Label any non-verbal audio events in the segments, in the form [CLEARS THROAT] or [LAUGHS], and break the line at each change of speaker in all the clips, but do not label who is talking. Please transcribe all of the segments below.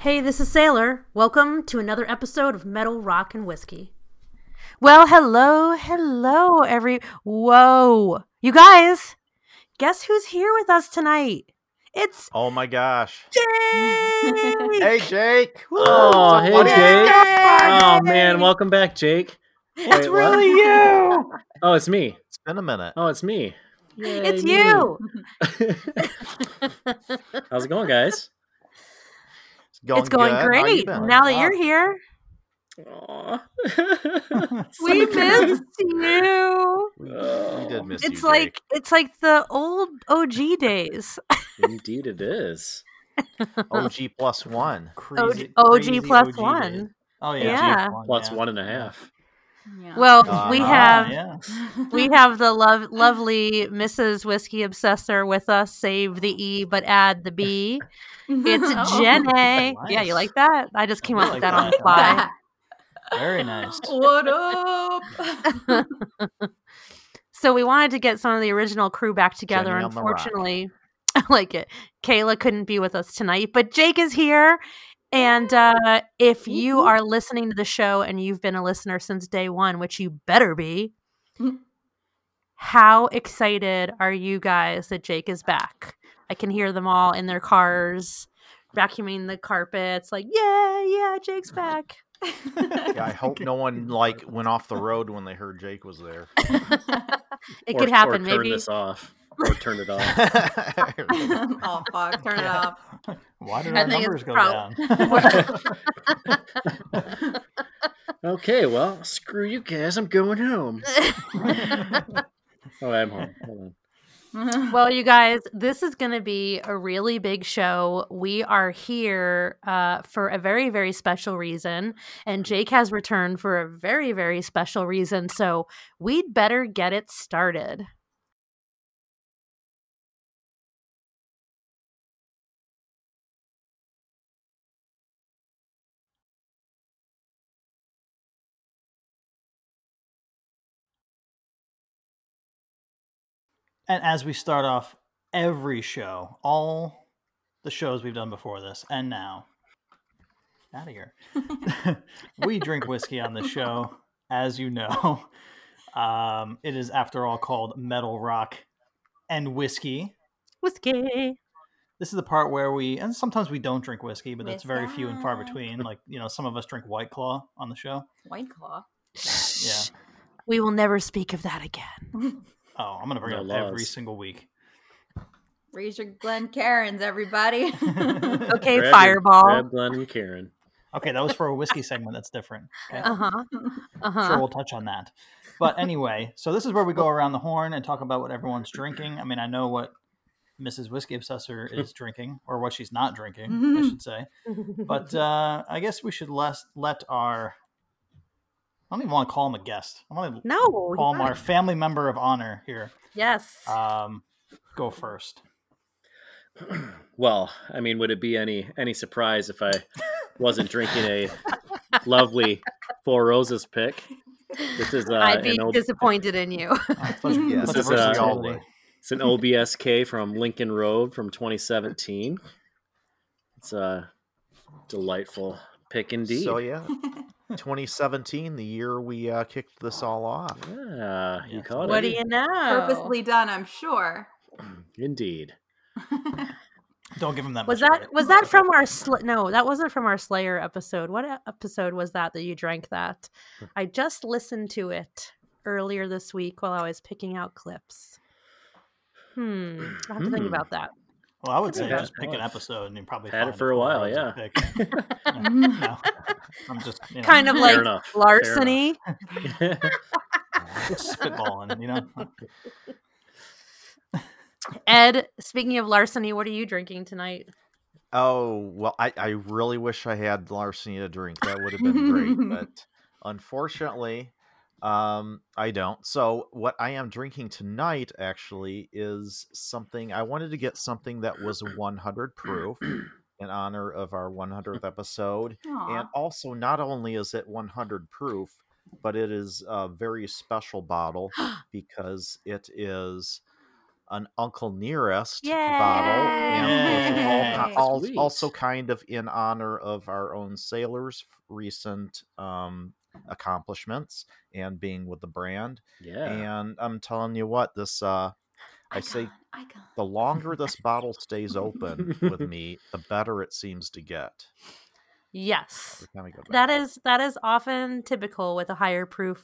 Hey, this is Sailor. Welcome to another episode of Metal, Rock, and Whiskey. Well, hello, hello, every. Whoa. You guys, guess who's here with us tonight? It's
Oh my gosh.
Jake!
Hey Jake.
Oh, hey,
What's up,
Jake.
Yay!
Oh man, welcome back, Jake.
It's
Wait, what?
really you!
Oh, it's me.
It's been a minute.
Oh, it's me.
It's you!
How's it going, guys?
it's going
good. How you
great
been?
now that
Wow.
you're here.
[LAUGHS] Aw.
We
Somebody-
missed
[LAUGHS]
you.
We, we
Oh,
did miss you.
It's like
Jake.
it's like the old OG days.
Indeed, it is.
[LAUGHS]
OG plus one.
Crazy,
OG
crazy
plus
OG
one.
days. Oh yeah,
Yeah.
Plus one and a half.
[LAUGHS]
Yeah.
Well,
Yeah.
we
Ah,
have
yeah.
we have the love lovely Mrs. Whiskey Obsessor with us. Save the E, but add the B. It's [LAUGHS]
Oh.
Jenna.
[LAUGHS]
Yeah,
Nice.
you like that? I just came
I
up with
like
that on the
that.
fly.
very nice.
What
[LAUGHS]
up?
So we wanted to get some of the original crew back together.
Jenny on the rock.
Unfortunately, [LAUGHS] I like it. Kayla couldn't be with us tonight, but Jake is here. And uh, if you are listening to the show and you've been a listener since day one, which you better be,
Mhm.
how excited are you guys that Jake is back? I can hear them all in their cars, vacuuming the carpets, like, yeah, yeah, Jake's back.
Yeah, I hope
[LAUGHS]
no one like went off the road when they heard Jake was there.
It
Or-
could
Or
happen.
turn
Maybe
this
[LAUGHS]
off. Or turn it off.
oh fuck! Turn
[LAUGHS]
it off.
Why did
I
our
think it's
numbers go
prob-
down?
Okay, well, screw you guys. I'm
[LAUGHS]
going home. Oh, I'm home. Hold on.
Well, you guys, this is going to be a really big show. We are here uh, for a very, very special reason. And Jake has returned for a very, very special reason. So we'd better get it started.
[LAUGHS] and as we start off every show, all the shows we've done before this and now, out of here, [LAUGHS] we drink whiskey on this show, as you know. [LAUGHS] Um, it is, after all, called Metal Rock and Whiskey.
Whiskey.
this is the part where we and sometimes we don't drink whiskey but that's very few and far
Whiskey.
between like you know some of us drink white claw on the show
White claw.
yeah
We will never speak of that again.
oh i'm gonna bring
No
it up every
laws.
single week [LAUGHS]
Raise your Glen
[LAUGHS]
Cairns, everybody. [LAUGHS]
Okay,
Grab your-
Fireball.
Grab Glenn and Karen.
okay that was for a whiskey segment that's different okay?
Uh [LAUGHS] huh. Uh
sure
huh.
we'll touch on that but anyway so this is where we go around the horn and talk about what everyone's drinking i mean i know what mrs whiskey obsessor
[LAUGHS]
is drinking or what she's not drinking i
Mhm.
should say but uh, i guess we should let, let our i don't even want to call him a guest i want to
No.
Palm, our family member of honor here,
Yes.
um, go first.
Well, I mean, would it be any any surprise
[LAUGHS]
if I wasn't drinking a lovely Four Roses pick? This is uh,
I'd be
an, OB-
disappointed in you.
Let's-
Yes,
let's
this is,
diversity
uh,
all the way.
it's an OBSK from Lincoln Road from 2017. It's a delightful pick indeed.
So yeah, 2017, the year we uh, kicked this all off.
yeah, you
Yeah.
caught
what do
it.
you know?
Purposely done, I'm [LAUGHS] sure.
Indeed.
Don't give him that.
Was
much
that
credit.
was that from our sl- no? That wasn't from our Slayer episode. What e- episode was that that you drank that? I just listened to it earlier this week while I was picking out clips. Hmm, I have to think
Hmm.
about that.
Well, I would say
Yeah.
just pick an episode and you probably
Had it
find
for a
four
while,
hours of
yeah. [LAUGHS]
pick. no, no. I'm just you know,
Kind of [LAUGHS]
Fair
like
enough, fair
larceny.
enough. [LAUGHS]
spitballing,
[LAUGHS]
you know.
Ed, speaking of larceny, what are you drinking tonight?
Oh well, I, I really wish I had larceny to drink. That would have been great, but unfortunately, um, I don't. So what I am drinking tonight actually is something I wanted to get something that was 100 proof in honor of our 100th episode, and
Aw.
also not only is it 100 proof, but it is a very special bottle because it is an Uncle Nearest bottle. And it's all,
Yeah.
Yay.
al-
Sweet.
also kind of in honor of our own sailors' recent um, accomplishments and being with the brand.
[LAUGHS] Yeah.
And I'm telling you what, this uh, I say
icon.
the longer this bottle stays open
[LAUGHS]
with me, the better it seems to get.
Yes.
Every time I go back.
That is that is often typical with a higher proof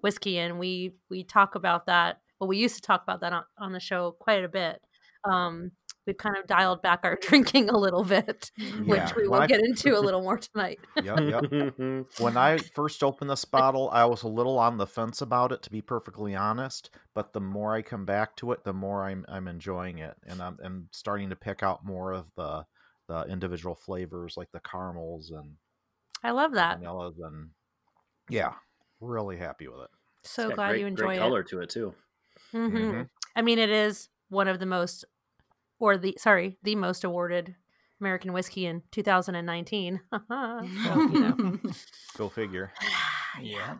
whiskey and we we talk about that well we used to talk about that on, on the show quite a bit. Um we've kind of dialed back our [LAUGHS] drinking a little bit,
Yeah.
which we will
When I-
get into a little more tonight. [LAUGHS]
Yep, yep. when I first opened this bottle, I was a little on the fence about it, to be perfectly honest. But the more I come back to it, the more I'm I'm enjoying it, and I'm, I'm starting to pick out more of the the individual flavors, like the caramels and
I love that.
vanillas, and yeah, really happy with it.
So
Got
glad
great,
you
great
enjoy
color Mm-hmm.
it.
to it too.
hmm
Mhm.
I mean, it is one of the most, or the sorry, the most awarded American whiskey in [LAUGHS]
[LAUGHS]
2019. so, you know.
[LAUGHS]
Go figure.
yeah.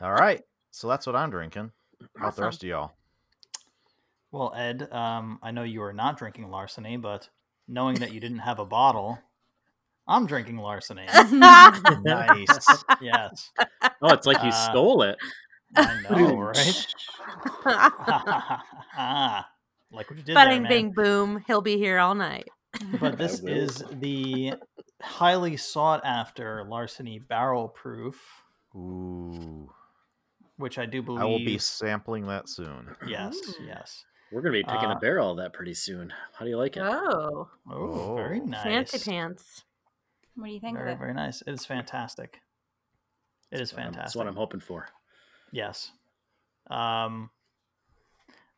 All right, so that's what I'm drinking. How about the
Awesome.
rest of y'all?
Well, Ed, um, I know you are not drinking larceny, but knowing that you didn't have a bottle, I'm drinking
[LAUGHS]
larceny. nice. yes.
Oh, it's like you
Uh,
stole it.
I know, right? Ah, like what you did there,
Bang,
man.
bing, boom. He'll be here all night.
But this
will.
is the highly sought after larceny barrel proof,
Ooh,
which I do believe.
I will be sampling that soon.
Yes,
Ooh.
yes.
We're gonna be picking
Uh,
a barrel of that pretty soon. How do you like it?
Oh,
Oh, very
Oh.
nice.
fancy pants.
What do you think
Very,
of it?
very nice. It is fantastic. It is
That's what I'm-
fantastic.
That's what I'm hoping for.
Yes. Um,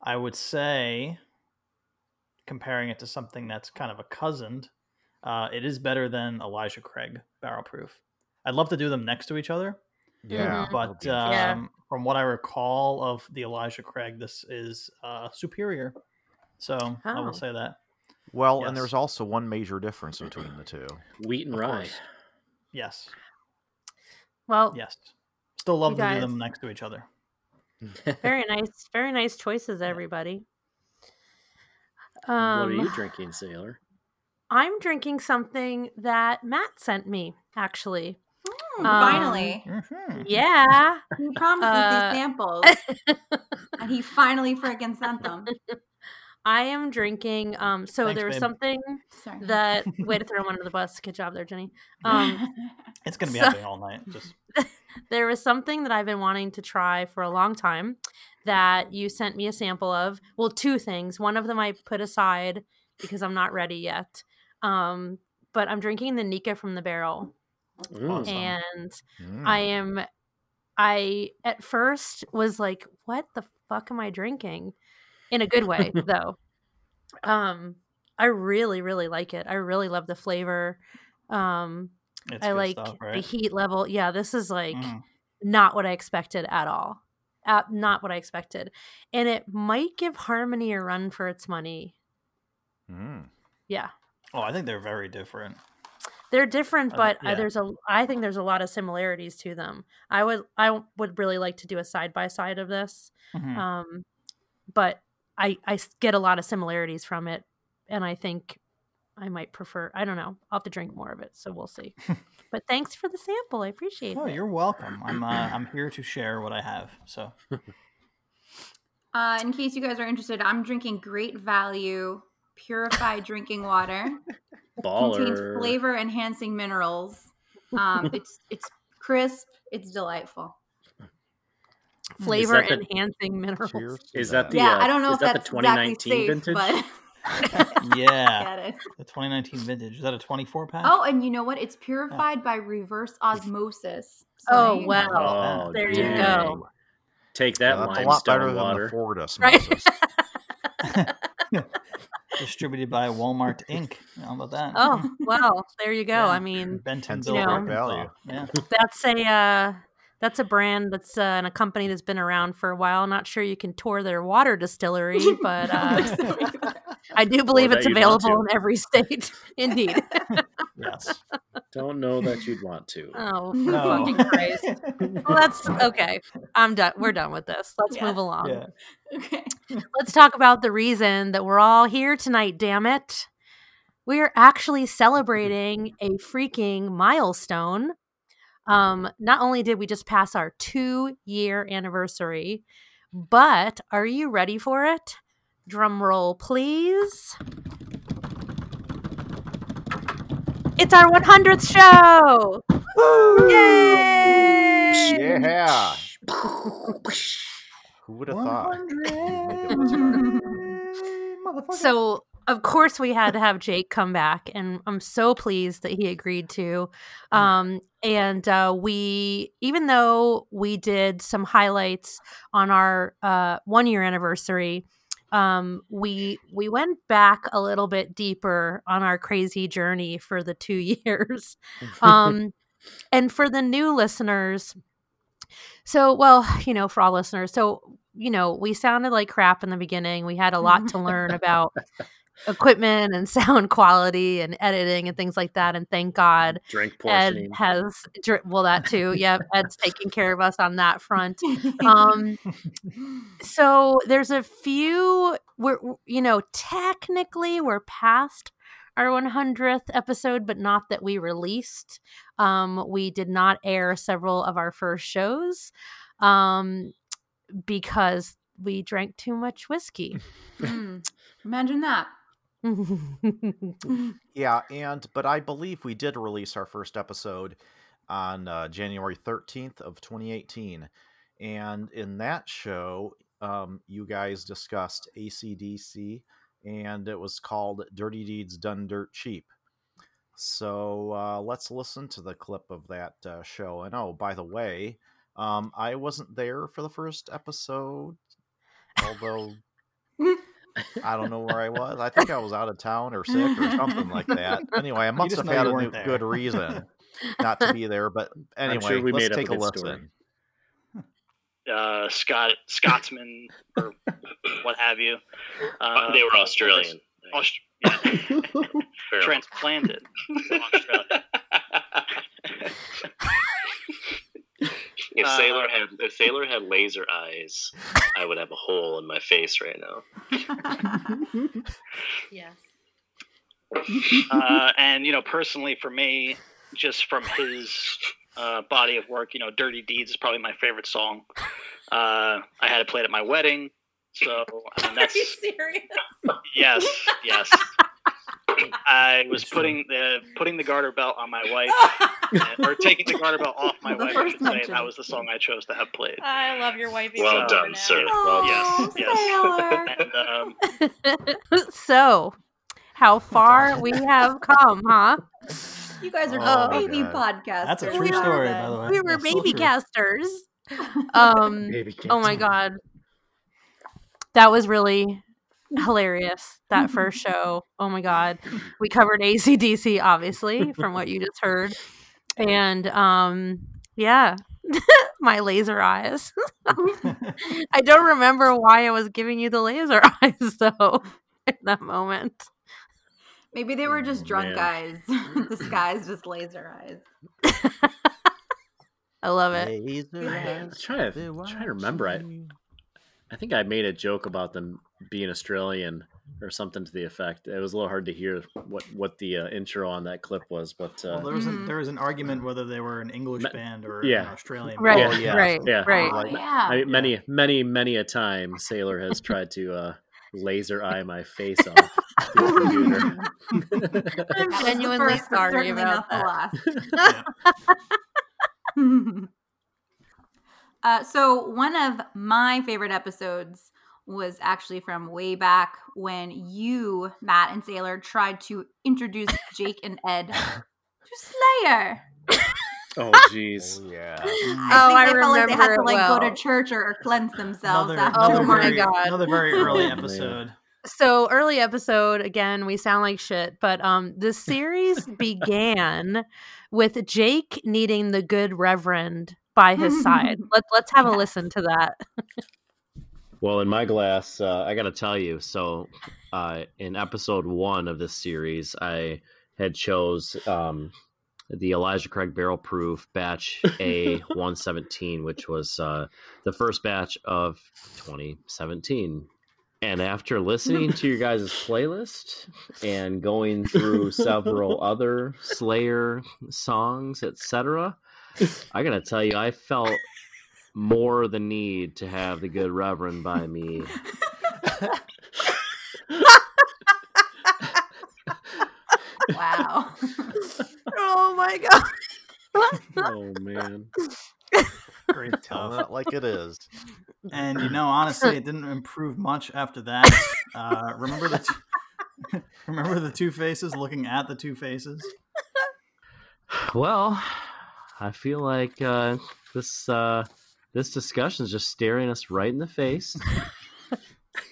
I would say, comparing it to something that's kind of a cousin, uh, it is better than Elijah Craig Barrel Proof. I'd love to do them next to each other,
Mm-hmm.
Yeah, that'll
but
be interesting.
um,
Yeah.
from what I recall of the Elijah Craig, this is uh, superior. So I
Oh.
will say that.
well, and
yes.
there's also one major difference between the two.
Wheat and
Of
rye. [LAUGHS]
course. Yes.
Well,
Yes. Still love
You
to do them
guys-
next to each other.
Hmm.
very nice, very nice choices, everybody.
what are
Um,
you drinking, Sailor?
I'm drinking something that Matt sent me, actually.
Hmm,
Um,
finally,
Mhm.
Yeah.
he promises
uh,
these [LAUGHS] samples, and he finally freaking sent them.
I am drinking. Um, so
Thanks,
there was
babe.
something
Sorry.
that way to throw him under the bus. Good job there, Jenny.
[LAUGHS]
Um, [LAUGHS]
It's going to be
so-
happening all night. Just
there was something that I've been wanting to try for a long time that you sent me a sample of. Well, two things. One of them I put aside because I'm not ready yet. Um, but I'm drinking the Nika from the barrel,
Mm.
Awesome.
and
Mm.
Hmm.
I am I at first was like, what the fuck am I drinking? In a good
[LAUGHS]
way though. Um I really, really like it. I really love the flavor. Um
it's
I
good
like
stuff,
the
right?
heat level. Yeah, this is like
Mhm.
not what I expected at all. Uh, not what I expected. And it might give Harmony a run for its money.
Mm.
Yeah.
Oh, I think they're very different.
They're different,
I
but
think-
I
yeah.
there's a I think there's a lot of similarities to them. I would I would really like to do a side by side of this.
Mm-hmm.
Hmm.
um but i i s- get a lot of similarities from it and i think i might prefer i don't know i'll have to drink more of it so we'll
[LAUGHS]
see but thanks for the sample i appreciate
Oh,
it
you're welcome. I'm uh, I'm here to share what I have.
[LAUGHS]
So
Uh, in case you guys are interested, I'm drinking Great Value purified drinking
[LAUGHS]
water. Contains
Baller.
flavor enhancing minerals.
[LAUGHS]
Um, it's it's crisp. It's delightful.
flavor
Hmm, Is that the-
enhancing minerals
Cheers to
Is that the
Yeah,
uh,
I don't know
is
if
that the
that's exactly
2019
safe,
vintage?
[LAUGHS]
Ah.
but
yeah,
yeah, it is.
the 2019 vintage. Is that a 24 pack?
Oh, and you know what? It's purified by reverse osmosis. So
[LAUGHS] oh
there you
wow
go.
Oh,
there you
dang.
go
Take that
Yeah, that's a lot better than
limestone
the
water.
forward [LAUGHS]
Right.
osmosis.
Distributed by Walmart Inc. How about that? [LAUGHS]
oh well there you go
Yeah.
i mean
Bentonville,
Hence the great
Arkansas.
value.
Yeah.
that's a uh That's a brand that's uh, and a company that's been around for a while. Not sure you can tour their water distillery, but [LAUGHS]
[LAUGHS]
uh, [LAUGHS] I do believe
that
it's
you'd want
available in
to.
every state. [LAUGHS] Indeed.
[LAUGHS]
[LAUGHS]
Yes.
[LAUGHS]
Don't know that you'd want to.
Oh, for
No.
fucking Christ.
[LAUGHS]
Well, that's okay. I'm done. We're done with this. Let's
Yeah.
move along.
yeah.
[LAUGHS] okay. [LAUGHS]
Let's talk about the reason that we're all here tonight, damn it. We are actually celebrating a freaking milestone. Um, not only did we just pass our two year anniversary, but are you ready for it? Drum roll, please. It's our 100th show! Yay!
Yeah. Who would have thought?
[LAUGHS]
100 motherfucker.
So, of course, we had to have Jake come back, and I'm so pleased that he agreed to. Um, and uh, we, even though we did some highlights on our uh, one year anniversary, um, we we went back a little bit deeper on our crazy journey for the two [LAUGHS] years um, and for the new listeners so well you know for all listeners so you know we sounded like crap in the beginning we had a lot to learn about equipment and [LAUGHS] sound quality and editing and things like that and thank god
Drink
ed
portioning.
has dr- well that too yeah ed's taking care of us on that
[LAUGHS]
front um so there's a few we're we're- you know technically we're past our 100th episode but not that we released um we did not air several of our first shows um because we drank too much
[LAUGHS]
whiskey [LAUGHS]
Mm. Imagine that.
Yeah, and but I believe we did release our first episode on uh, January 13th of 2018, and in that show, um, you guys discussed ACDC, and it was called "Dirty Deeds Done Dirt Cheap." So uh, let's listen to the clip of that uh, show. And oh, by the way, um, I wasn't there for the first episode, although I don't know where I was. I think I was out of town or sick or something
[LAUGHS]
like that. Anyway, I must
just
have
know you
had a
weren't
new,
there.
good reason not to be there. But anyway,
I'm sure we
let's
made up
take
a
a,
good
listen.
story.
uh, Scott Scotsman or what have you. Uh,
they were Australian.
Aust- yeah,
Fair enough.
transplanted from Australia.
if
Uh,
Sailor had if Sailor had laser eyes, I would have a hole in my face right now.
yes
Uh, and you know, personally, for me, just from his uh, body of work, you know, "Dirty Deeds" is probably my favorite song. Uh, I had it played at my wedding, so I mean, that's
[LAUGHS]
serious?
Yes, yes. I was putting the putting the garter belt on my wife, [LAUGHS] and- or taking the garter belt off my
The
wife. I
first
should say, and
mention.
that was the song I chose to have played.
i love your wifey
Well
so
done, sir. Well done.
Oh,
yes, yes. And um,
so
Oh,
how far we have come
[LAUGHS]
huh
You guys are
Oh,
baby
God.
podcasters.
[LAUGHS] That's a
We
true
were-
story, by the way.
we were
That's so
baby
true.
casters
[LAUGHS]
um
Baby
Oh my god. That was really hilarious. [LAUGHS] That first show. Oh my god. We covered ACDC, obviously, from what you just heard. And um yeah. [LAUGHS] my laser eyes. [LAUGHS] I don't remember why I was giving you the laser [LAUGHS] eyes though in that moment.
Maybe they were just
Oh,
drunk [LAUGHS] eyes, disguised as laser eyes.
I love it.
I'm trying to, trying to remember. I, I think I made a joke about them being Australian or something to the effect. It was a little hard to hear what what the uh, intro on that clip was, but
Well,
uh,
there was, an,
Mm-hmm.
Mhm.
there was an argument whether they were an English
Ma-
band or an
yeah.
Australian
Right,
band.
Oh, yeah.
right,
Yeah.
right.
Oh,
Like-
yeah.
I mean, many many many a time Sailor has tried to uh, laser eye my face
[LAUGHS]
off through a computer. [LAUGHS]
I'm
That was the
genuinely
first, but
sorry
certainly
about that.
not
[LAUGHS]
[LAUGHS] the last. [LAUGHS] uh, so one of my favorite episodes was actually from way back when you, Matt and Sailor, tried to introduce Jake and Ed to
[LAUGHS]
Slayer.
oh jeez.
Oh,
[LAUGHS]
yeah.
Oh, I
they felt like they had
remember it
to like go
well.
to church or, or cleanse themselves
Another,
after.
another
Oh my
very,
God.
Another very early
Oh, man.
episode.
so early episode again we sound like shit but um the series began with jake needing the good reverend by his side. Let's let's have a listen to that. [LAUGHS]
Well, in my glass, uh, I got to tell you. So, uh, in episode one of this series, I had chose um, the Elijah Craig Barrel Proof Batch A one seventeen, which was uh, the first batch of twenty seventeen. And after listening to your guys' playlist and going through several other Slayer songs, etc., I gotta tell you, I felt more the need to have the good Reverend by me. [SIGHS]
[LAUGHS]
[LAUGHS]
Wow.
Oh my god.
Oh man.
Great
Tell
tough.
that like it
[LAUGHS]
is.
And you know, honestly, it didn't improve much after that. Uh, remember the two- [LAUGHS] remember the two faces looking at the two faces.
Well, I feel like uh, this uh, this discussion is just staring us right in
[LAUGHS]
the face.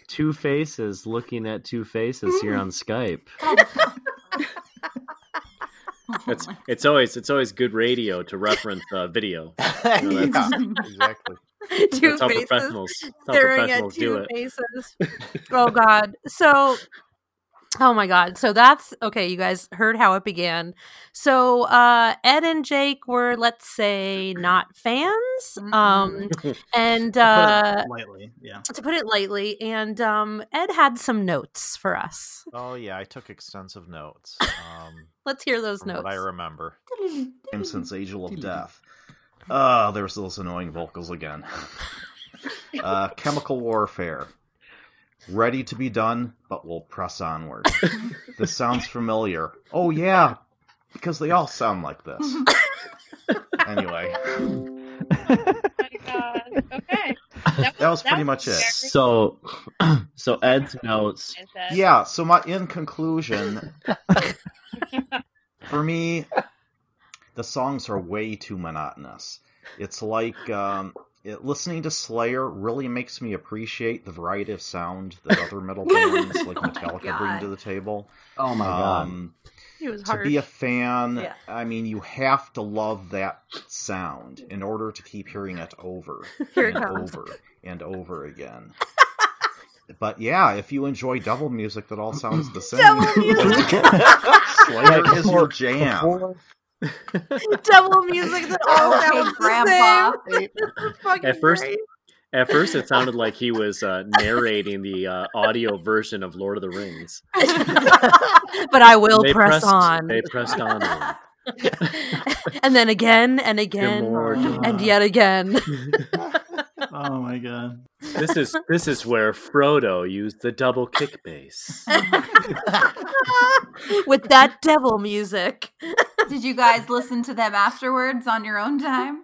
two faces looking at two faces here on Skype.
[LAUGHS]
[LAUGHS]
It's it's always it's always good radio to reference uh, video.
yeah,
[LAUGHS]
Oh,
exactly.
[LAUGHS] Two
That's how
faces
professionals that's how
staring at
professionals do
two
it. [LAUGHS]
faces. Oh god. So Oh my god. So that's okay, you guys heard how it began. So uh Ed and Jake were let's say not fans. Um
[LAUGHS]
and
Put
uh
it lightly, yeah.
to put it lightly, and um Ed had some notes for us.
Oh yeah, I took extensive notes. Um,
Let's hear those
from what
notes.
I remember. Time since Angel of Death. Ah, there's those annoying vocals again. uh, chemical warfare. Ready to be done, but we'll press onward. this sounds familiar. Oh yeah, because they all sound like this. anyway,
Oh,
my god.
[LAUGHS]
Okay.
that was pretty much it.
So, [CLEARS THROAT] so Ed's notes.
Is that-
Yeah. So my in
[LAUGHS]
conclusion, for me, the songs are way too monotonous. It's like um, it, listening to Slayer really makes me appreciate the variety of sound that other metal bands like
[LAUGHS] Oh my
Metallica bring
God.
to the table.
Oh my
Um,
It was
to
hard.
be a fan,
Yeah.
I mean, you have to love that sound in order to keep hearing it over
Here it
and
comes.
over and over again. but yeah, if you enjoy double music that all sounds the same, [LAUGHS]
Um, [LAUGHS]
Slayer is your jam.
Double music Oh, that all
Okay,
sounds
Grandpa.
the same. This is fucking
[LAUGHS]
At first-
great.
At first, it sounded like he was uh, narrating the uh, audio version of Lord of the Rings.
[LAUGHS] but I will press
pressed,
on.
They pressed on. him.
[LAUGHS] and then again and again
Lord.
and yet again. [LAUGHS]
Oh my god.
[LAUGHS]
This is this is where Frodo used the double kick bass.
With that devil music.
Did you guys listen to them afterwards on your own time?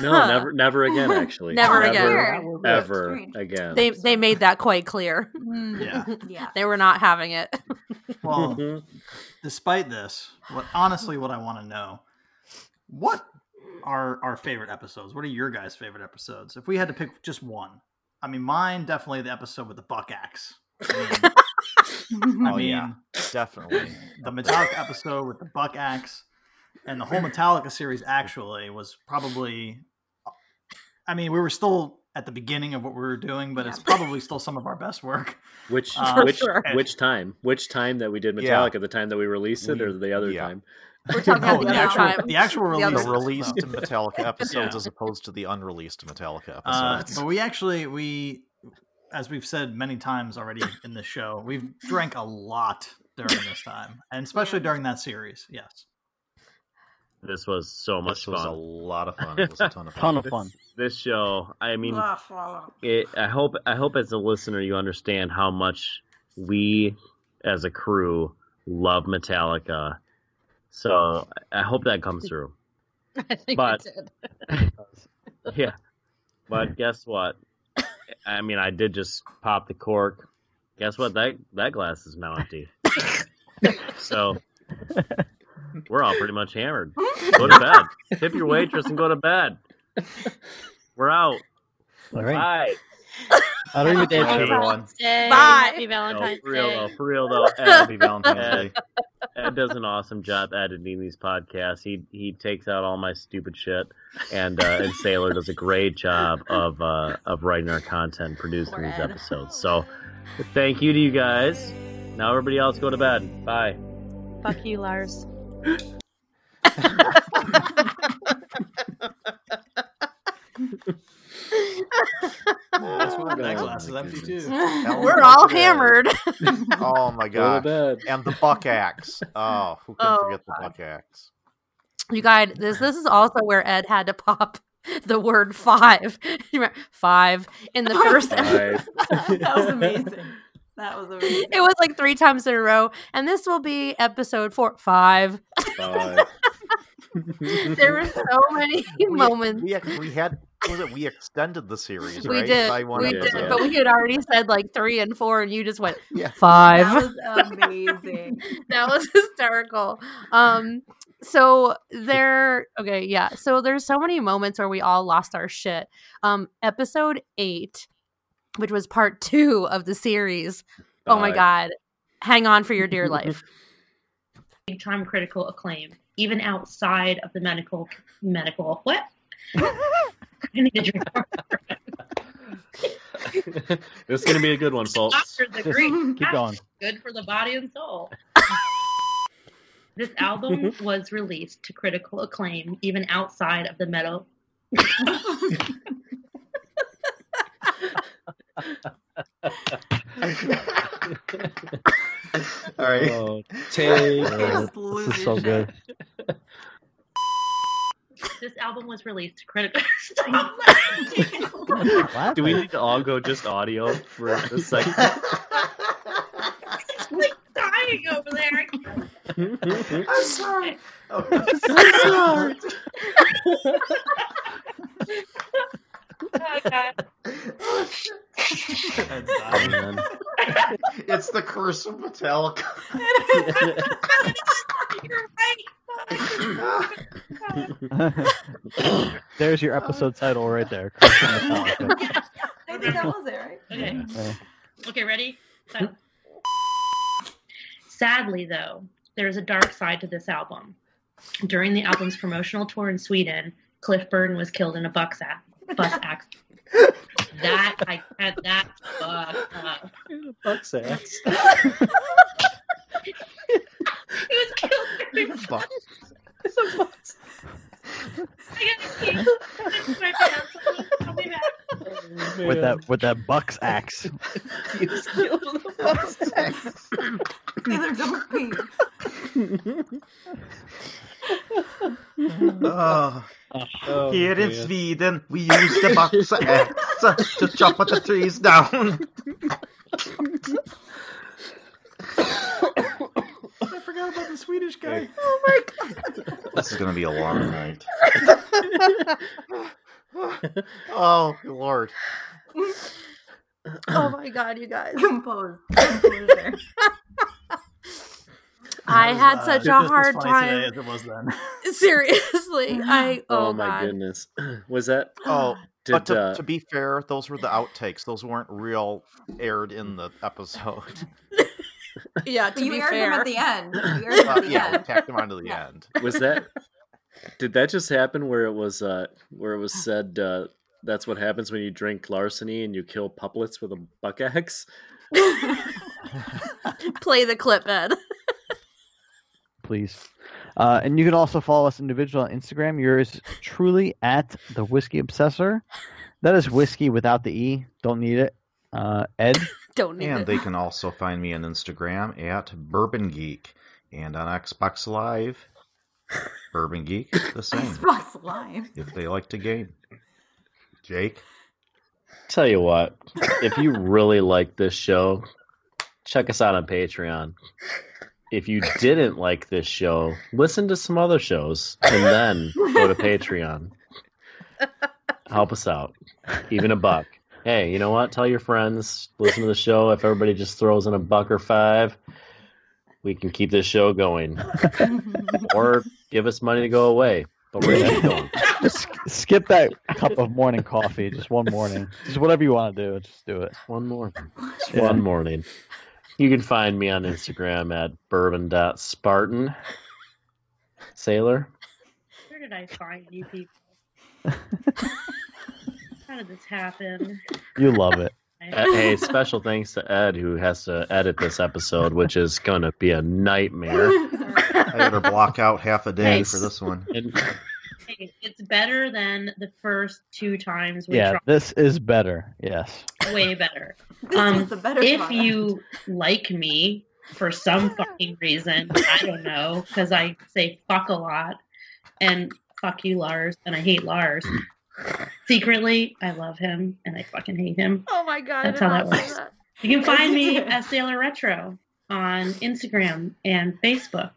No,
[LAUGHS]
never, never again. Actually,
Never again.
Weird.
ever
Strange.
again.
They they made that quite clear. [LAUGHS]
[LAUGHS] Mm,
Yeah.
[LAUGHS]
Yeah.
They were not having it.
Well,
Mhm.
despite this, what honestly what I want to know, what are our favorite episodes? What are your guys' favorite episodes? If we had to pick just one, I mean, mine definitely the episode with the buck axe. I mean, I
Oh, yeah.
mean,
Definitely.
the Metallica episode with the buck axe, and the whole Metallica series actually was probably. I mean, we were still at the beginning of what we were doing, but it's probably still some of our best work.
Which
Uh,
Um,
which
[LAUGHS]
For
sure.
which time? Which time that we did
Yeah.
Metallica? The time that we released it, or the other
Yeah.
time?
We're talking
No,
about the
the
other
actual-
time.
the actual
other
The
release
time.
released
[LAUGHS]
Metallica episodes
Yeah.
as opposed to the unreleased Metallica
Uh,
episodes.
but we actually we, as we've said many times already in the show, we've drank a lot during this time, and especially during that series. Yes.
This was so much
this was a
fun.
lot of fun. It was a
[LAUGHS]
ton of fun.
Ton
[LAUGHS]
of fun.
This show, I mean, it, I hope I hope as a listener you understand how much we as a crew love Metallica. So I hope
[LAUGHS]
that comes through.
I think
But-
we did.
[LAUGHS] Yeah. But
[LAUGHS]
guess what? I mean, I did just pop the cork. Guess what? That that glass is
[LAUGHS]
now empty. so we're all pretty much
[LAUGHS]
hammered. Go to bed. Tip your waitress and go to bed. We're out.
All right.
Bye.
Arrivederci.
Bye, everyone.
Yay,
Bye.
Happy
No,
Valentine's
for real
Day.
though. For real though. Ed,
Happy Valentine's Day.
Ed, Matt does an awesome job editing these podcasts. He he takes out all my stupid shit, and uh, and Sailor does a great job of uh, of writing our content, producing these
Ed.
episodes. So, thank you to you guys. Now everybody else, go to bed. Bye.
Fuck you, Lars.
Guess what? [LAUGHS] That
Oh
glass is
my
empty
goodness.
too.
We're all hammered.
[LAUGHS] Oh my
Go to
god!
bed.
And the buck axe. Oh, who can
Oh,
forget the buck axe?
You guys, this this is also where Ed had to pop [LAUGHS] the word five. [LAUGHS] You remember- five in
[LAUGHS]
the first [LAUGHS]
Bye.
[LAUGHS] that was amazing. That was amazing.
It was like three times in a row. And this will be episode four, five.
Bye.
There were
[LAUGHS]
so many moments.
Mm-hmm. We, ex- we had was it? We extended the series.
We
right?
did.
By one
We
episode.
did. But we had already said like three and four, and you just went
[LAUGHS] Yeah.
five.
That was amazing.
that was [LAUGHS] hysterical. Um, so there, okay, yeah. So there's so many moments where we all lost our shit. Um, episode eight, which was part two of the series. Oh my
Bye.
god, hang on for your dear life.
Big time critical acclaim, even outside of the medical medical what? I need to drink more
[LAUGHS] This is gonna be a good one, folks.
after the drink.
Keep going.
Good for the body and soul. this album was released to critical acclaim, even outside of the metal.
All right.
Oh, take
I was just
This
losing
is so
[LAUGHS]
shit.
good.
This album was released to critical. [LAUGHS]
[LAUGHS]
What?
Do we need to all go just audio for [LAUGHS] a second?
like dying over there.
I'm sorry.
Oh, God.
[LAUGHS]
Ed's dying.
it's the curse of Metallica.
You're right.
There's your episode title right there. Christian Metallica.
I think that was it,
[LAUGHS]
right?
Okay.
Yeah.
Okay, ready? Stop. Sadly, though, there is a dark side to this album. During the album's promotional tour in Sweden, Cliff Burton was killed in a bucks a- bus accident. That I had that fucked up.
Bucks ass.
He was killed during
[LAUGHS]
a
Fuck.
I gotta pee. That's my bad. I'll be back.
With that with that bucks axe.
Taylor,
[LAUGHS]
don't pee.
Oh,
Oh,
here in
man.
Sweden, we use the box axe [LAUGHS] to chop the trees down.
I forgot about the Swedish guy.
This is gonna be a long night. [LAUGHS] oh lord!
oh my god, you guys. [LAUGHS]
Composed. Composure.
I
[LAUGHS] That
had
was,
such
uh,
a
just as
hard
funny
time.
today as it was then.
Seriously, I. Oh,
Oh my
god.
goodness. Was that
Oh,
did
but to,
uh,
to be fair, those were the outtakes. Those weren't real aired in the episode. [LAUGHS]
Yeah, [LAUGHS] to
you
be
aired
fair.
him at the end.
[CLEARS THROAT]
You aired him
Uh,
at the
yeah, we
[LAUGHS]
end.
tacked them onto the end.
was that did that just happen where it was uh where it was said uh that's what happens when you drink larceny and you kill puplets with a buck axe?
Play the clip, Ed.
Please. Uh, and you can also follow us individual on Instagram. Yours truly at the Whiskey Obsessor. That is whiskey without the E. Don't need it. Uh, Ed.
[LAUGHS] Don't need
And
it.
they can also find me on Instagram at Bourbon Geek and on Xbox Live, Bourbon Geek, [LAUGHS] the same.
Xbox
[LAUGHS]
Live.
If they like to game, Jake.
Tell you what, if you really like this show, check us out on Patreon. If you didn't like this show, listen to some other shows and then go to Patreon. Help us out. Even a buck. Hey, you know what? Tell your friends, listen to the show. If everybody just throws in a buck or five, we can keep this show going.
Um,
Or give us money to go away. But we're gonna keep going.
Just skip that cup of morning coffee. Just one morning. Just whatever you want to do. Just do it.
One more. Just
Yeah.
One morning. You can find me on Instagram at bourbon.spartan. Sailor.
Where did I find you people? How did this happen?
You love it.
[LAUGHS] Uh, hey, special thanks to Ed who has to edit this episode, which is going to be a nightmare.
I [LAUGHS] better block out half a day
Nice.
for this one.
And
Hey, it's better than the first two times we
Yeah,
tried.
this is better. Yes.
Way better.
This
Um,
is the better
if
product.
you like me for some fucking reason, I don't know, because I say fuck a lot and fuck you, Lars, and I hate Lars. Secretly, I love him and I fucking hate him.
Oh my god,
That's
I did
how
not
that
say
works. You can find me
Yeah.
at Sailor Retro on Instagram and Facebook.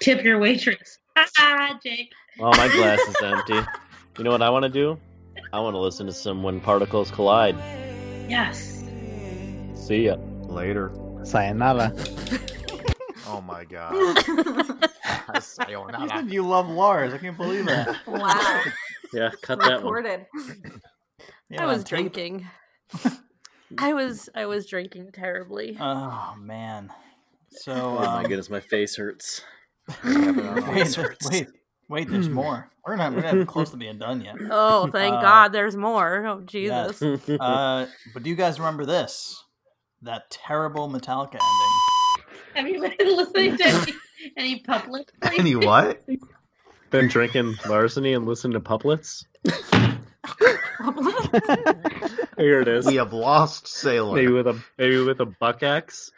Tip your waitress. Ah, Jake.
well, my glass is empty. You know what I want to do? I want to listen to some When Particles Collide.
Yes.
See ya.
Later.
Sayonara.
Oh [LAUGHS] my god.
You
Sayonara.
said you love Lars. I can't
[LAUGHS]
believe that.
wow,
Yeah, cut that one.
recorded.
Yeah,
I
on
was
tape.
drinking. I was I was drinking terribly.
[LAUGHS] Oh man. So
Oh my
um,
goodness, my face hurts.
[LAUGHS]
[LAUGHS]
wait,
This
there-
hurts.
wait, wait,
Hmm.
there's more. We're not we're not close to being done yet.
oh, thank
Uh,
God, there's more. Oh [LAUGHS] Jesus.
Uh, but do you guys remember this? That terrible Metallica ending.
Have you been [LAUGHS] listening to any, any public?
Any what?
Been drinking larceny and listening
[LAUGHS]
to puplets? Here it is.
We have lost Sailor. [LAUGHS]
Maybe with a maybe with a buck axe.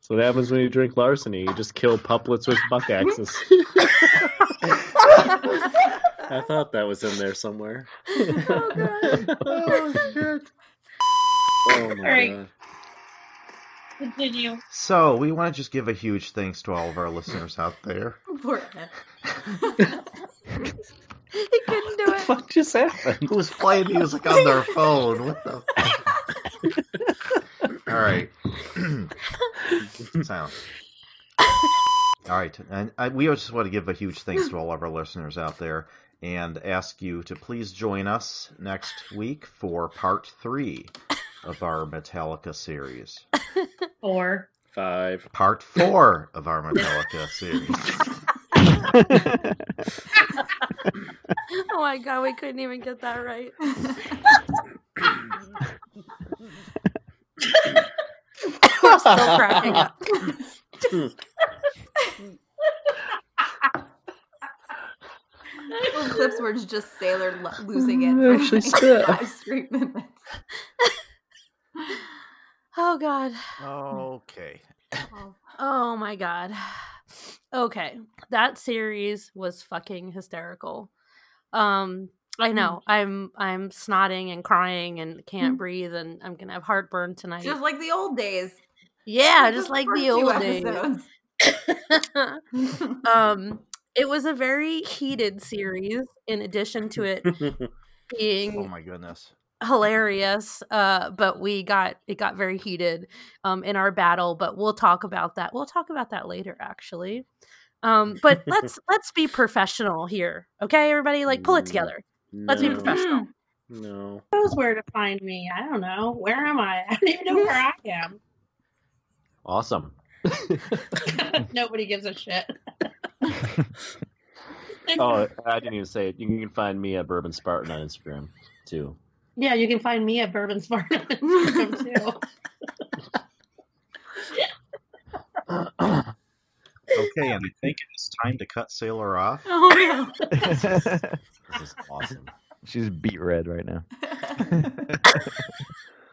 So what happens when you drink larceny? You just kill puplets with buck axes.
I thought that was in there somewhere.
oh shit.
Oh my
Alright.
god.
Continue.
So we want to just give a huge thanks to all of our listeners out there.
[LAUGHS] Poor Ed.
he couldn't do it.
fuck just happened?
Who's playing music on their phone? What the? all right. [CLEARS THROAT] Sound. All right, and I, we just want to give a huge thanks to all of our listeners out there, and ask you to please join us next week for part three of our Metallica series,
Four.
[LAUGHS]
Five.
part four of our Metallica series.
Oh my god, we couldn't even get that right.
[LAUGHS]
We're still cracking up.
Those clips were just Sailor lo- losing it for
[LAUGHS]
[LAUGHS] like five straight minutes.
Oh god.
Okay.
Oh my god. [SIGHS] Okay. That series was fucking hysterical. Um I know. I'm I'm snotting and crying and can't breathe and I'm going to have heartburn tonight.
Just like the old days.
yeah,
Like
just
the
like
first
the
few
old
episodes.
days. [LAUGHS]
[LAUGHS]
um it was a very heated series in addition to it
Oh
being
my goodness.
hilarious uh but we got it got very heated um in our battle but we'll talk about that we'll talk about that later actually um but
[LAUGHS]
let's let's be professional here okay everybody like pull it
Mm.
together
Let's
let's be professional
[LAUGHS]
No.
Who knows where to find me? I don't know. Where am I? [LAUGHS] I don't even know where I am. [LAUGHS]
Awesome.
Nobody gives a shit.
[LAUGHS] Oh, I didn't even say it. You can find me at Bourbon Spartan on Instagram too.
Yeah, you can find me at Bourbon Smart on Instagram too.
Okay, and I think it is time to cut Sailor off.
oh
This is awesome.
She's beat red right now.
no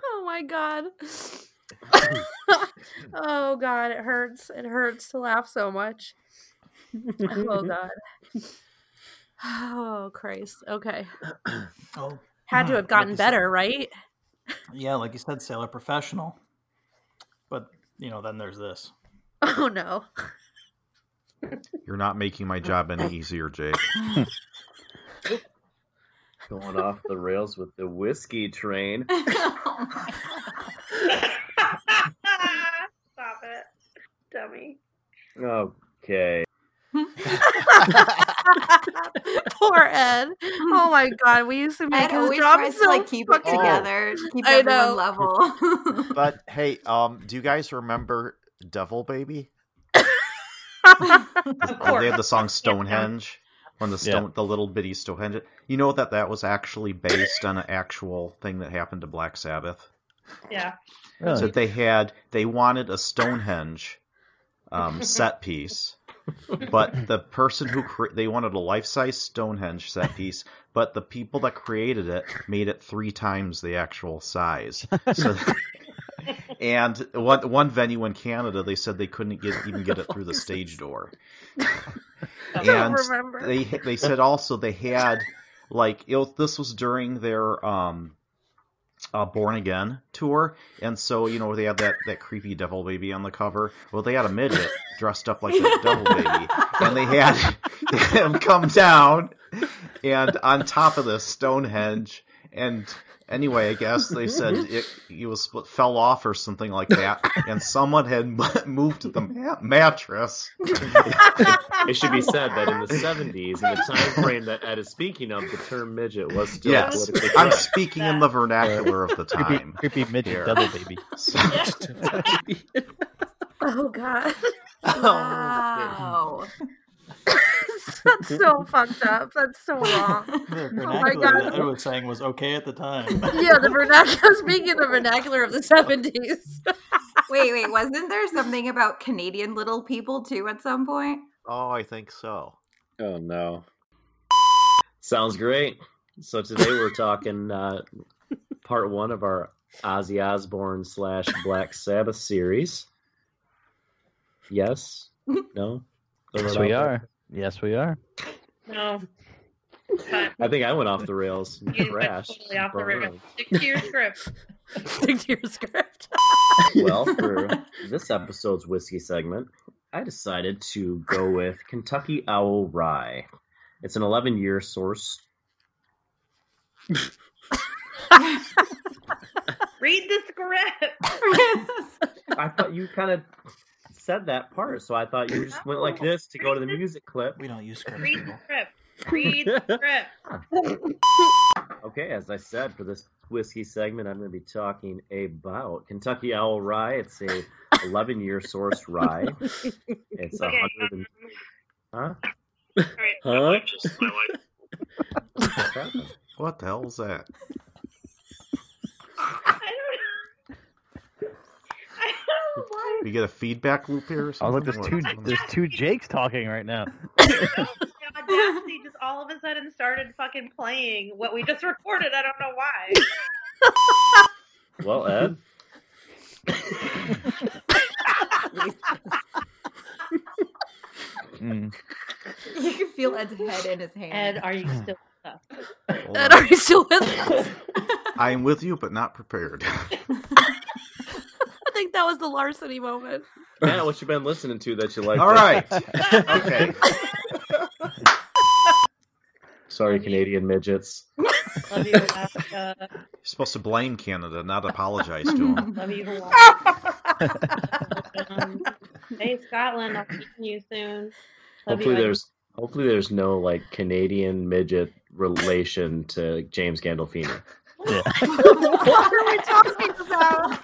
oh my god [LAUGHS] oh god it hurts it hurts to laugh so much oh god oh christ okay
Oh,
had to
Hmm,
have gotten
like you said-
better right [LAUGHS]
yeah, like you said, Sailor Professional. But you know, then
[LAUGHS]
there's this.
oh no
You're not making my job [LAUGHS] any easier, Jake.
Going off the rails with the whiskey train.
[LAUGHS] Oh my
Stop it, dummy.
Okay.
Poor Ed. Oh my god, we used to make
Ed
his
always
job
tries
so
to like keep it
fucking-
together, keep
I
everyone
know. [LAUGHS] Oh,
level.
But hey, um, do you guys remember Devil Baby?
[LAUGHS] Of
Oh,
course.
they had the song Stonehenge from the stone, the little bitty Stonehenge. You know that that was actually based on an actual thing that happened to Black Sabbath.
Yeah.
Really?
That they had, they wanted a Stonehenge um, set piece, but the person who cre- they wanted a life size Stonehenge set piece, but the people that created it made it three times the actual size. So. And one one venue in Canada, they said they couldn't get even get it through the stage door and [LAUGHS]
remember.
they they said also they had like it, was- this was during their um uh, Born Again tour, and so you know they had that that creepy devil baby on the cover. Well, they had a midget dressed up like a devil baby, and they had [LAUGHS] him come down, and on top of this Stonehenge, and anyway, I guess they said it he was split, fell off or something like that, and someone had [LAUGHS] moved the ma- mattress.
It should be said that [LAUGHS] in the 70s, in the time frame that Ed is speaking of, the term midget was still
Yes,
politically
I'm
correct.
speaking in the vernacular of the
Creepy,
time.
creepy midget
Here.
devil baby.
So-
Oh god.
wow.
That's
[LAUGHS]
so fucked up. That's so wrong.
Oh
The vernacular
God.
that Ed was saying was okay at
[LAUGHS]
the time.
Yeah, the vernacular [LAUGHS] speaking the
[LAUGHS]
vernacular of the seventies.
wait, wait, wasn't there something about Canadian little people too at some point?
oh,
[LAUGHS]
I think so.
Oh no.
Sounds great. So today we're talking uh, part one of our Ozzy Osbourne slash Black Sabbath series. Yes? No? Throw
Yes,
it
we
out there.
are. Yes, we are.
No. But
I think I went off the rails.
[LAUGHS]
and
you went
crashed.
totally off the
Burned.
river. Stick to your script.
Stick to your
[LAUGHS]
script.
Well, for this episode's whiskey segment, I decided to go with Kentucky Owl Rye. It's an 11 year source.
Read the script.
I thought you kind of said that part, so I thought you just went like
Oh,
this to go to the music clip.
We don't use scripts.
Read the script. Read
[LAUGHS]
the script.
Okay, as I said, for this whiskey segment, I'm going to be talking about Kentucky Owl Rye. It's a 11 year source
[LAUGHS]
rye. It's a
Okay. um,
100 and. Huh? [LAUGHS]
All
Huh?
Just my wife.
What's happening?
What the hell is that?
right. I don't I don't know why.
We get a feedback loop here. Or
I was like,
something?
there's two,
What-
there's two Jakes talking right now.
The audacity just all of a sudden started fucking playing what we just recorded. I don't know why.
Well, Ed,
Mm.
you can feel [LAUGHS] Ed's head in his hand.
Ed, are you
Hmm.
still with us?
hold
Ed,
on.
are you still with us?
I'm with you, but not prepared.
I think that was the larceny moment.
Matt, what you been listening to that you like?
All right. Okay.
[LAUGHS] Sorry, Canadian midgets.
Love you, Alaska.
You're supposed to blame Canada, not apologize to them.
Mm-hmm.
Love [LAUGHS] you, Hawaii. um, hey, Scotland, I'll see you soon. Love
Hopefully,
you,
there's hopefully there's no like Canadian midget relation to James Gandolfini.
[LAUGHS]
what are we talking
[LAUGHS]
about?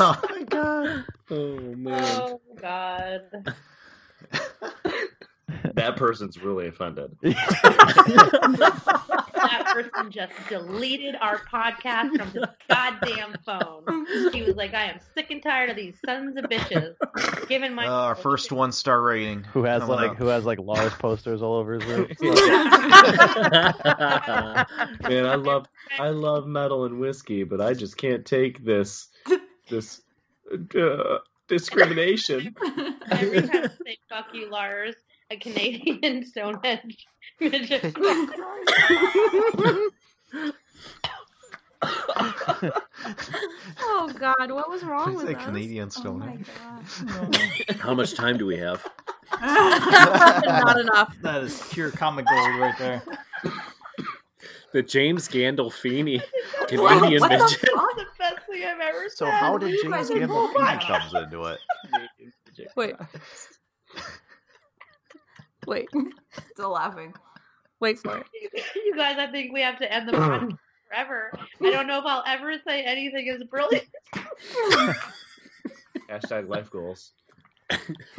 oh my god.
Oh man.
Oh God!
That person's really offended.
That person just deleted our podcast from his goddamn phone. He was like, "I am sick and tired of these sons of bitches
[LAUGHS]
giving
Uh,
my."
[LAUGHS] our first one star rating.
Who has
coming
like
up.
who has like Lars posters all over his
[LAUGHS]
[LAUGHS]
room?
Man, I love I love metal and whiskey, but I just can't take this this uh, discrimination.
Every time
[LAUGHS]
I say "fuck you, Lars," a Canadian [LAUGHS] Stonehenge
[LAUGHS]
midget.
Oh god, what was wrong
It's
with
a
us?
Canadian
oh
stone.
my
[LAUGHS] How much time do we have?
god.
Not enough.
[LAUGHS] That is pure comic gold
[LAUGHS]
right there.
The James
[LAUGHS]
Gandolfini
What
Canadian
the
midget.
fuck?
the best thing I've ever
so how did
You
James
guys are
Gandolfini
horrible.
comes into it?
Wait.
Wait,
Still laughing.
wait for it.
You guys, I think we have
[CLEARS THROAT]
to end the podcast forever. I don't know if I'll ever say anything as brilliant.
Hashtag life goals.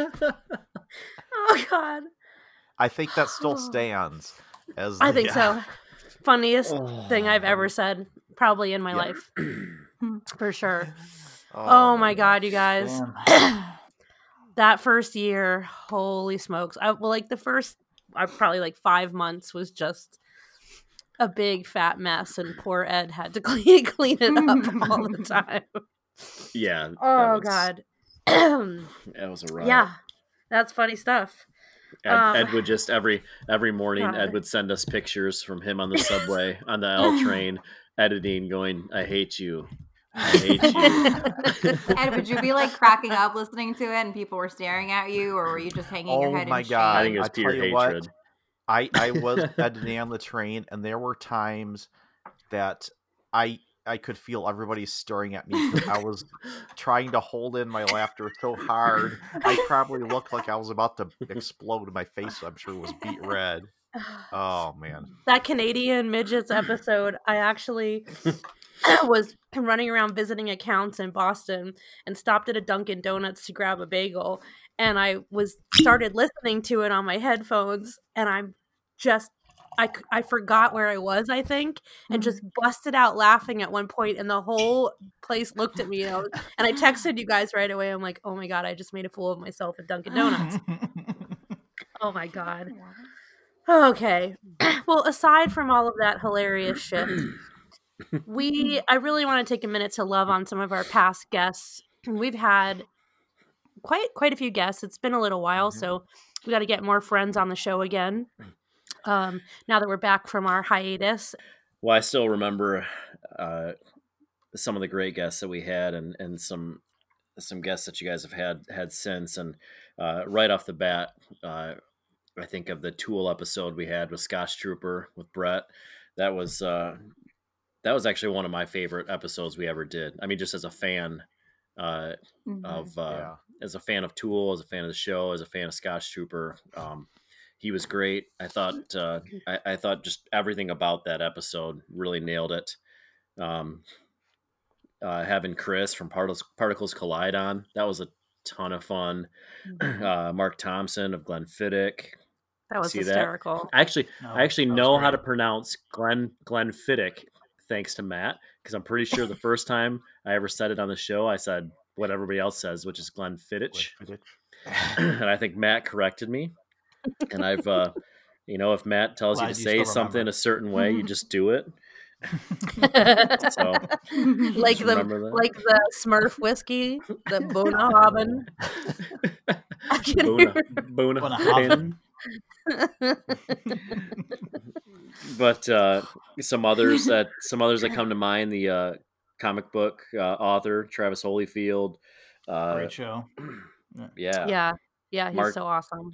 Oh God,
I think that still stands as
I
the-
think so. Funniest thing I've ever said, probably in my
Oh, Yeah. [CLEARS THROAT]
life, for sure. Oh, my God, you guys.
Damn.
that first year, holy smokes. I well like the first I probably like 5 months was just a big fat mess and poor Ed had to [LAUGHS] clean clean it [LAUGHS] up all the time.
Yeah. that
Oh
was-
god. [CLEARS THROAT]
That was a riot.
yeah. That's funny stuff.
Ed,
Um,
Ed would just every every morning
God.
Ed would send us pictures from him
[LAUGHS]
on the subway on the L train editing going I hate you
[LAUGHS]
I
[LAUGHS]
hate you [LAUGHS]
Ed, would you be like cracking up listening to it and people were staring at you, or were you just hanging your
Oh
head?
my
in
God.
I
shame?
think it was
I
pure
tell you what,
hatred
I I [LAUGHS] was editing on the train, and there were times that I I could feel everybody staring at me because I was trying to hold in my laughter so hard. I probably looked like I was about to explode. My face, I'm sure, was beat red. Oh man,
[SIGHS]
[LAUGHS]
that Canadian midgets episode, I actually was running around visiting accounts in Boston and stopped at a Dunkin' Donuts to grab a bagel. And I was started listening to it on my headphones, and I'm just. I, c- I forgot where I was, I think, and just busted out laughing at one point, and the whole place looked at me. And I, was- and I texted you guys right away. I'm like, oh my God, I just made a fool of myself at Dunkin' Donuts. Oh my god. Okay. [CLEARS THROAT] well, aside from all of that hilarious shit, we I really want to take a minute to love on some of our past guests. We've had quite quite a few guests. It's been a little while, so we got to get more friends on the show again. Um, now that we're back from our hiatus,
Well, I still remember uh, some of the great guests that we had, and and some some guests that you guys have had had since. And uh, right off the bat, uh, I think of the Tool episode we had with Scotch Trooper with Brett. That was uh, that was actually one of my favorite episodes we ever did. I mean, just as a fan uh,
Mhm.
of uh,
yeah.
as a fan of Tool, as a fan of the show, as a fan of Scotch Trooper. Um, he was great. I thought uh, I, I thought just everything about that episode really nailed it. Um, uh, having Chris from Particles, Particles Collide on that was a ton of fun.
Mm-hmm.
Uh, Mark Thompson of Glenfiddich.
that was
See that? [LAUGHS]
hysterical.
I actually
[LAUGHS] No,
I actually
Oh, that was
know how to
great.
pronounce Glen Glenfiddich thanks to Matt because I'm pretty sure the first time I ever said it on the show I said what everybody else says which is Glenfiddich
[LAUGHS]
[CLEARS THROAT] and I think Matt corrected me. And I've, uh, you know, if Matt tells you
Glad
to
you
say
still
something
remember.
a certain way, you just
[LAUGHS]
do it. So
like
[LAUGHS]
just
the
remember that. [LAUGHS]
like the Smurf whiskey, the [LAUGHS] Bonahaben. I can
Boona,
hear-
boona,
Boona
But uh,
[LAUGHS]
some others that some others that come to mind: the uh, comic book uh, author Travis Holyfield. Uh,
Great show.
yeah,
yeah, yeah, he's
Mark-
so awesome.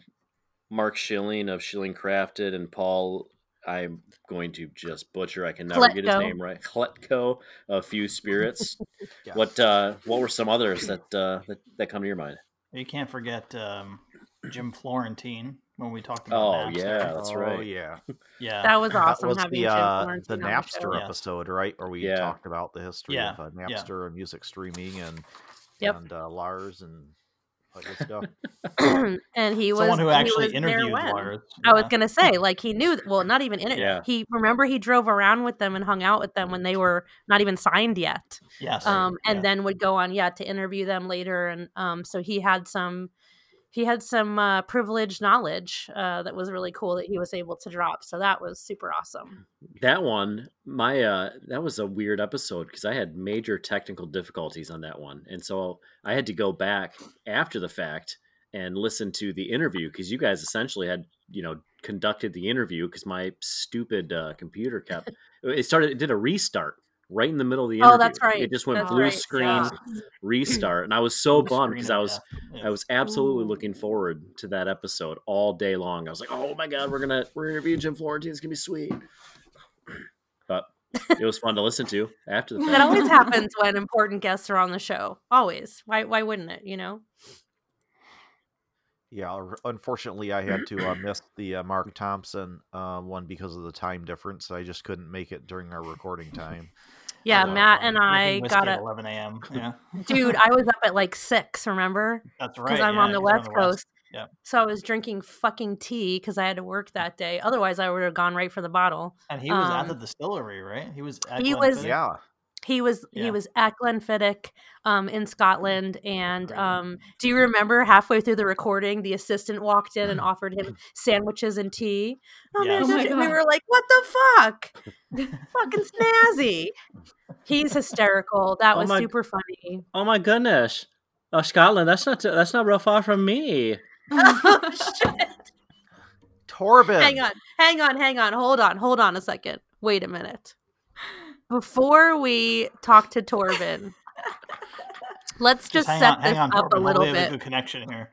Mark Schilling of Schilling Crafted and Paul. I'm going to just butcher. I can never get his
Kletko.
name right. Kletko of Few Spirits. What uh, what were some others that, uh, that that come to your mind?
You can't forget um, Jim Florentine when we talked about.
Oh
Napster.
yeah, that's
Oh,
right.
yeah,
yeah.
That was awesome.
that was
having
the
Jim
uh,
Florentine
the
on the show.
Napster
Yes.
episode, right? Where we
Yeah.
talked about the history
Yeah,
of uh,
yeah.
Napster and music streaming and
Yep.
and uh, Lars and other stuff.
[CLEARS THROAT] and he was
someone who
he
actually
was there
interviewed
when.
Lars.
I was
yeah.
gonna say, like he knew. Well, not even in it.
Yeah.
He remember he drove around with them and hung out with them when they were not even signed yet.
Yes.
Um, and
yeah.
then would go on, yeah, to interview them later. And um, so he had some, he had some uh, privileged knowledge uh, that was really cool that he was able to drop. So that was super awesome.
That one, my uh, that was a weird episode because I had major technical difficulties on that one, and so I had to go back after the fact and listen to the interview because you guys essentially had you know conducted the interview because my stupid uh, computer kept it started it did a restart right in the middle of the interview.
Oh, that's right.
It just went
That's
blue
right.
screen
Yeah. [CLEARS THROAT]
restart, and I was so
Blue
bummed
screen
because
of
I was
death. Yeah.
I was absolutely looking forward to that episode all day long. I was like, "Oh my god, we're gonna we're interviewing Jim Florentine. It's gonna be sweet." [CLEARS THROAT] But it was fun to listen to after the
That
fact.
[LAUGHS]
always happens when important guests are on the show. Always. Why? Why wouldn't it? You know.
Yeah, r- unfortunately, I had to
[CLEARS THROAT]
uh, miss the uh, Mark Thompson uh, one because of the time difference. I just couldn't make it during our recording
[LAUGHS]
time.
Yeah,
Hello,
Matt and
Drinking
I
whiskey
got
at
up.
11
[LAUGHS]
a.m. Yeah,
Dude, I was up at like six, remember?
that's right.
Because I'm
yeah,
on the
'cause you're
West Coast.
Yep.
So I was drinking fucking tea because I had to work that day. Otherwise, I would have gone right for the bottle.
and he was at the
Um,
distillery, right? He was. At
he
Glenfiddich?
was-
Yeah,
He was
Yeah.
he was at Glenfiddich um, in Scotland, and
Right.
um, do you remember halfway through the recording, the assistant walked in and offered him sandwiches and tea? Oh
Yes.
man,
Oh
don't
my
you- we
God.
were like, "What the fuck? Fucking snazzy!" He's hysterical. That
Oh
was
my-
super funny.
Oh my goodness. Oh, Scotland, that's not that's not real far from me.
oh shit.
Torben.
hang on, hang on, hang on. Hold on, hold on a second. Wait a minute. Before we talk to Torvin, let's just,
hang
set
on,
this
hang on,
up
Corbin.
a little
we have a
bit.
good connection here.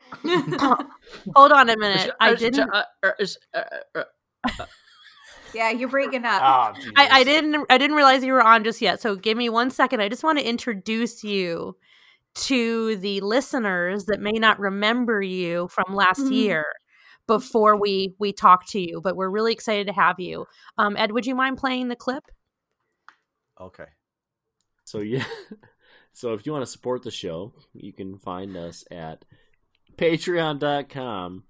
Hold on a minute. I didn't.
uh,
yeah, you're breaking up. [LAUGHS]
Ah,
I, I
Jesus.
didn't. I didn't realize you were on just yet. So give me one second. I just want to introduce you to the listeners that may not remember you from last
Mhm.
year before we we talk to you. But we're really excited to have you. Um, Ed, would you mind playing the clip?
Okay.
So yeah, [LAUGHS] so if you want to support the show, you can find us at patreon.com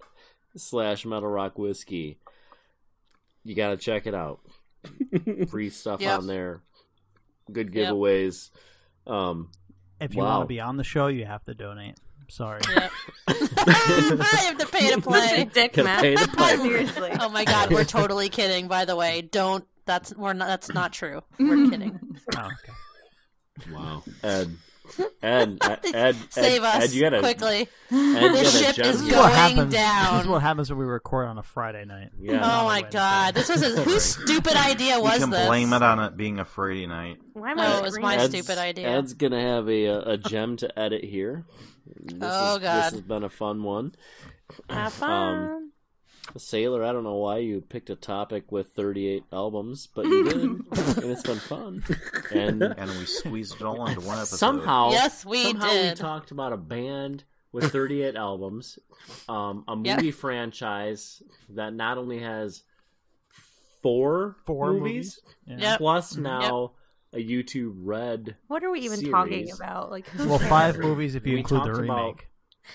slash metal rock whiskey. You gotta check it out. Free stuff
Yep.
on there. Good
Yep.
giveaways.
[LAUGHS]
Um [LAUGHS]
If you want
Wow.
to be on the show, you have to donate. Sorry.
Yep. [LAUGHS] I have to
[LAUGHS]
pay to play.
Dick
gotta
Matt.
pay the piper.
Seriously. [LAUGHS]
Oh my god, we're totally kidding. By the way, don't. That's we're not. That's not true. We're kidding.
Oh, okay.
Wow. Ed. Ed, Ed, Ed,
[LAUGHS] Save
Ed,
us
you gotta,
quickly.
Ed, you
This
gotta
ship
jump-
is
This is
going
what happens. This
down.
Um,
is what happens when we record on a Friday night.
Yeah.
Not
Oh
a
my
Wednesday.
god, this was a whose stupid idea
You
was
can
this?
blame it on it being a Friday night.
Why am I?
No, it was
screaming?
my
Ed's-
stupid idea.
Ed's gonna have a uh, a gem to edit here. This
Oh,
is,
God.
this has been a fun one.
Have
Um,
fun.
Sailor, I don't know why you picked a topic with 38 albums, but you
[LAUGHS]
did, and it's been fun. And
And we squeezed it all
[LAUGHS]
into one episode.
somehow,
Yes, we
somehow
did.
we talked about a band with 38 albums, um, a
Yep.
movie franchise that not only has four
Four
movies,
movies?
Yep. Mm-hmm.
plus
Yep.
now a YouTube Red.
What are we even talking
series.
about? Like, who
Well,
cares?
[LAUGHS]
five movies if you
We
include the
talked about-
remake.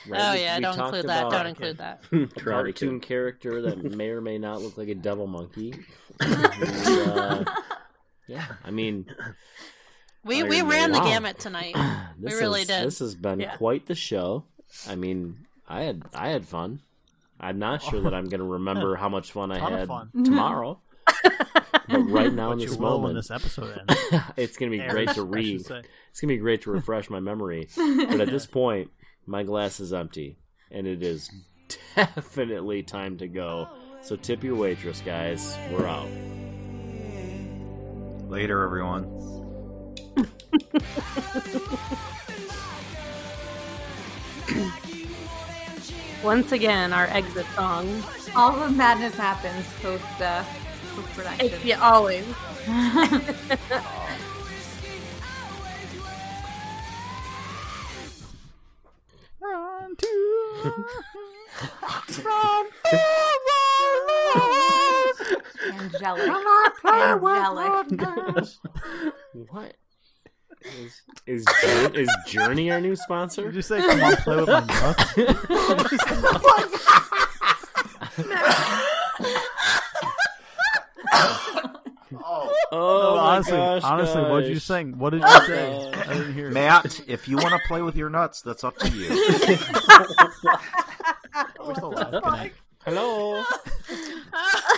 Red
Oh
we-
yeah,
we
don't
talked
include that.
about-
Don't
[LAUGHS]
include that.
Karate Kid.
cartoon character that may or may not look like a devil
[LAUGHS]
monkey. We, uh, yeah, I mean,
We
Iron
we
Man.
ran the
Wow. [CLEARS THROAT]
gamut tonight.
this
really
is,
did.
This has been
Yeah.
quite the show. I mean, I had I had fun. I'm not sure that I'm going to remember how much fun I
[LAUGHS] Ton of
had
fun.
tomorrow, but
[LAUGHS]
right now in
But you
this
will when
moment,
[LAUGHS]
this episode ends.
[LAUGHS] it's going to be
airs,
great
I
to
should
re.
say.
It's going to be great to refresh my memory. But
[LAUGHS]
at this point, my glass is empty, and it is definitely time to go. So tip your waitress, guys. We're out.
Later, everyone.
Once again, our exit song.
All of madness happens post uh, post production.
yeah, always.
Angelic. Angelic.
[LAUGHS] What is is Jour- is Journey our new sponsor?
Did you say come on play with my nuts?
[LAUGHS] Oh
No,
my
honestly,
gosh,
honestly, what did you
guys.
sing? What did you say?
Uh,
I didn't hear.
Matt, if you want to play with your nuts, that's up to
[LAUGHS]
you.
We're
[LAUGHS]
still live. Connect.
hello,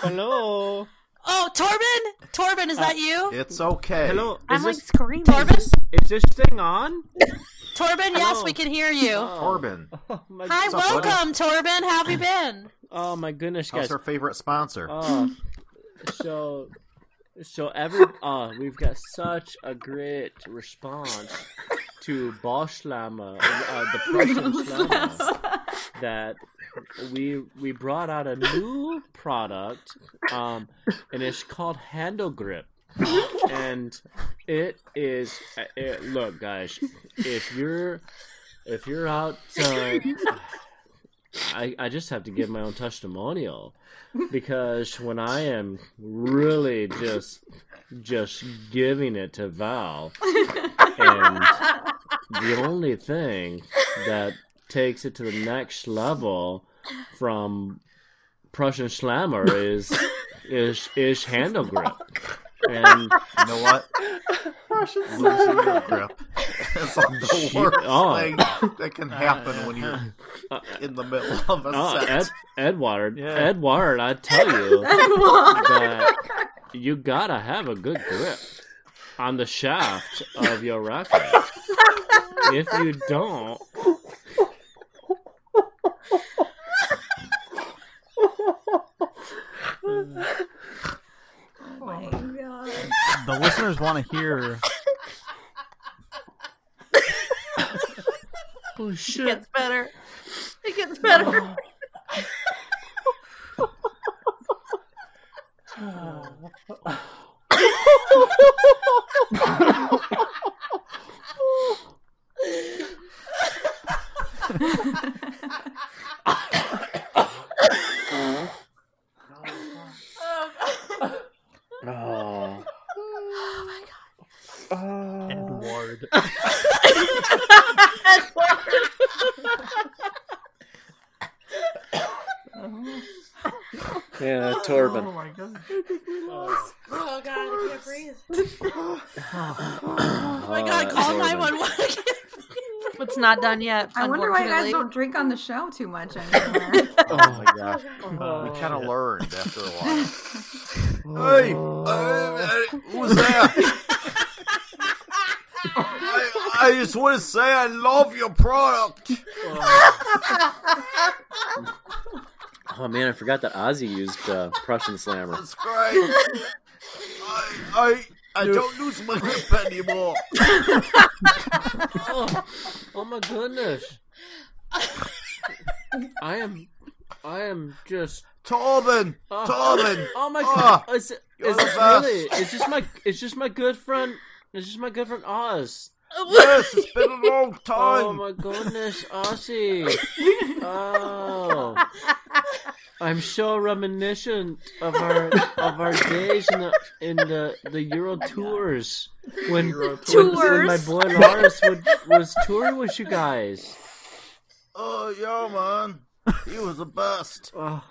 hello,
oh, Torben, Torben, is that you?
It's okay.
hello. Is
I'm like
this
screaming.
Torben,
is this thing on?
Torben, yes, we can hear you.
Corbin.
Oh my,
Hi,
up, buddy?
welcome, Torben. How have you been?
oh my goodness,
How's
guys.
our favorite sponsor?
Oh, so so every uh we've got such a great response to Bosch Lama, uh, the Prussian Lama, that we we brought out a new product, um, and it's called Handle Grip. And it is it, look, guys, if you're if you're out uh, I, I just have to give my own testimonial because when I am really just just giving it to Val, and the only thing that takes it to the next level from Prussian Slammer is is is handle grip, and
you know what?
Russian
Losing your
slammer.
grip. [LAUGHS] It's the
Shit.
worst
Oh.
thing that can happen when you're in the middle of a
uh,
set.
Ed, Edward,
Yeah.
Edward, I tell you
Edward.
that you gotta have a good grip on the shaft of your rocket. if you don't,
my god.
The listeners want to
[LAUGHS]
hear.
oh
It
shit!
gets better. [LAUGHS] It gets better.
Oh.
Edward.
[LAUGHS]
Yeah, Torben.
my god.
Oh god, I can't breathe.
[SIGHS] Oh
my god, call [LAUGHS]
Torben.
911.
it's not done yet.
I wonder why you guys
unfortunately.
don't drink on the show too [LAUGHS] much anymore.
Oh my gosh.
Oh,
we kind of
shit.
learned after a while. hey, uh, hey, who's that? I, I just want to say I love your product.
[LAUGHS] Oh man, I forgot that Ozzy used uh, Prussian Slammer.
It's great. [LAUGHS] I, I, I don't lose [LAUGHS] my grip anymore.
[LAUGHS] oh, oh my goodness! I am, I am just.
[LAUGHS] Torben,
Oh,
Torben.
Oh my
Ah,
god! is it,
you're
is
the
this
best.
really? It's just my, it's just my good friend. It's just my good friend Oz.
Yes, it's been a long time.
Oh my goodness, Ozzy! Oh, I'm so reminiscent of our of our days in the in the the Euro tours when when, when my
Tours.
boy Lars would, was touring with you guys.
Oh, yo, man. He was the best.
Oh,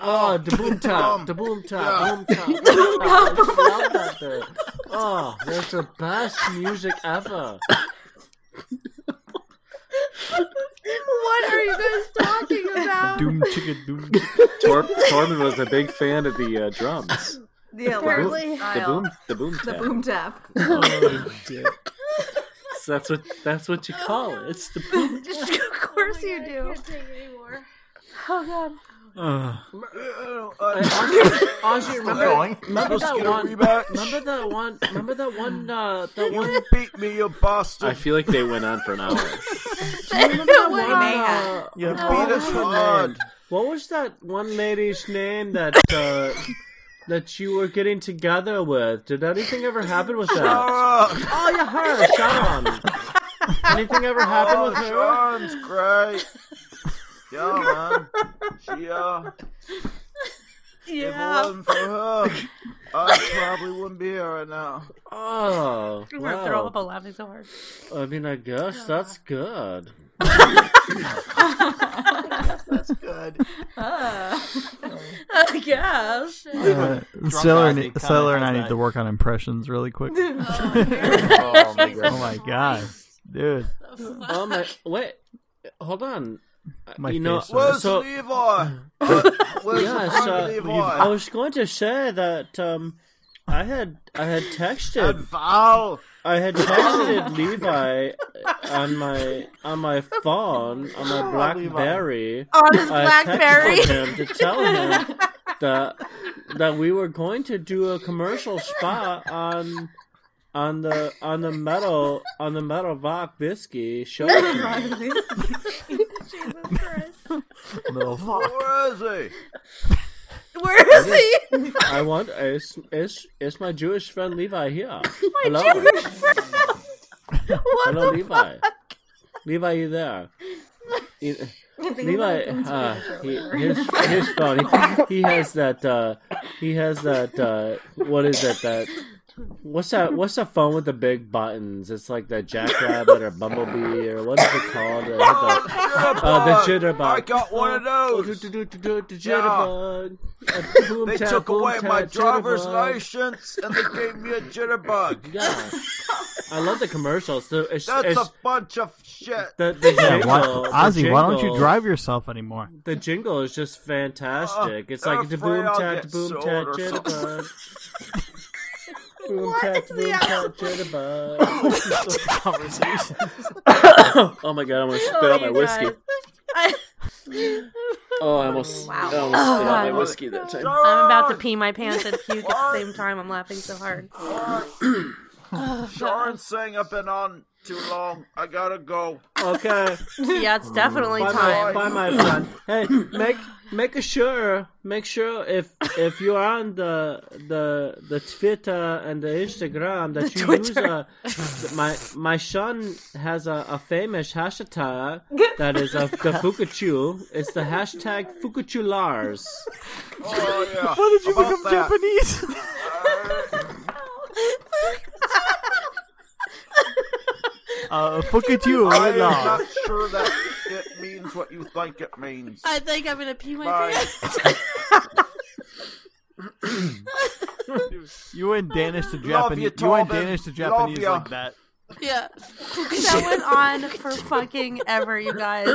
oh the boom top, the boom top, boom top, boom top. I love that thing. Oh, that's the best music ever.
[LAUGHS] What are you guys talking
[LAUGHS]
about?
Doom chicka doom.
Tor- Torben was a big fan of the uh, drums.
the
Apparently.
style.
the boom
The boom tap.
[LAUGHS]
Oh, shit.
So that's what that's what you call it. It's the boom.
[LAUGHS] of course you do. Oh god.
Uh,
Ozzy, remember,
going.
remember
Let's
that
get a
one?
rematch.
Remember that one? Remember that one? Uh, that one.
You beat me, you bastard.
I feel like they went on for [LAUGHS] an hour.
[LAUGHS] They may have.
yeah.
beat us hard.
uh, What was that one lady's name that uh, that you were getting together with? Did anything ever happen with that?
Sarah.
Oh, yeah, her, Sharon. Anything ever happen
Oh,
with her?
Sean's great. Yeah, man. She, uh, if it
Yeah.
wasn't for her, I probably wouldn't be here right now.
[LAUGHS] Oh,
I'm gonna throw up a
wow.
laughing so hard.
I mean, I guess that's good.
That's good.
Oh
I guess.
Uh,
Ozzy
Sailor, ne-
kinda
Sailor and
has
I need
that.
to work on impressions really
[LAUGHS]
quick.
[LAUGHS]
Oh, my
oh my god, dude,
Oh my! Wait, hold on.
my
you
face.
know,
Where's
so
Levi? Uh, where's
Yeah,
the
so-
friend Levi?
I was going to say that um, I had I had
And
texted
Val.
I had
[LAUGHS]
texted Levi on my on my phone on
Oh,
my BlackBerry.
On his
I
Blackberry.
texted him to tell him that that we were going to do a commercial spot on on the on the metal on the metal Voc whiskey show.
Little fuck.
Where is he?
Where is he?
I want it's it's it's my Jewish friend Levi here. Hello,
what
hello
the
Levi. Levi, you there? You- Levi, uh, [LAUGHS] he, here's, here's phone. He, he has that. Uh, he has that. Uh, what is it? That what's that? What's the phone with the big buttons? It's like that jackrabbit or bumblebee or what is it called? [LAUGHS] Uh, the, uh, oh, the jitterbug.
I got one of those.
boom
They
tap,
took
boom
away my
tap,
driver's
jitterbug.
license and they gave me
[LAUGHS]
a jitterbug.
Yeah. I love the commercials. So it's,
That's
it's
a bunch of
[LAUGHS]
shit.
the, the
Yeah,
jingle,
why,
the
Ozzy, why don't you
jingle-
drive yourself anymore?
The jingle is just fantastic. it's like
I'm
the
afraid
boom
I'll
tat,
get
boom
sold
tat,
or
jitterbug. boom
What
tat,
is
boom
the-
tat, jitterbug.
Conversation.
[LAUGHS] oh my god, I'm gonna spit
Oh,
out my
you
whiskey.
guys.
Oh, I almost, I
Oh,
almost spit out my
God.
whiskey that time.
[LAUGHS] I'm about to pee my pants and
[LAUGHS]
puke at the same time. I'm laughing so hard.
Sharon's saying I've been on too long. I gotta go.
Okay.
yeah, it's definitely
Bye,
time.
My, bye, my
[LAUGHS]
friend. Hey,
[CLEARS THROAT]
make make sure make sure if if you're on the the the Twitter and the Instagram that you use a, my my son has a, a famous
[LAUGHS]
hashtag that is of the Fukuchu. It's the hashtag Fukuchu Lars.
Oh yeah.
Why did you
About
become
that.
Japanese? uh, fuck it you.
I am
no.
not sure that it means what you think it means.
I think I'm gonna pee my
Bye.
pants.
You went Danish to
Love
Japanese.
you,
You, went
Torben.
Danish to
Love
Japanese
ya.
like that.
yeah.
That [LAUGHS] went on for fucking ever, you guys.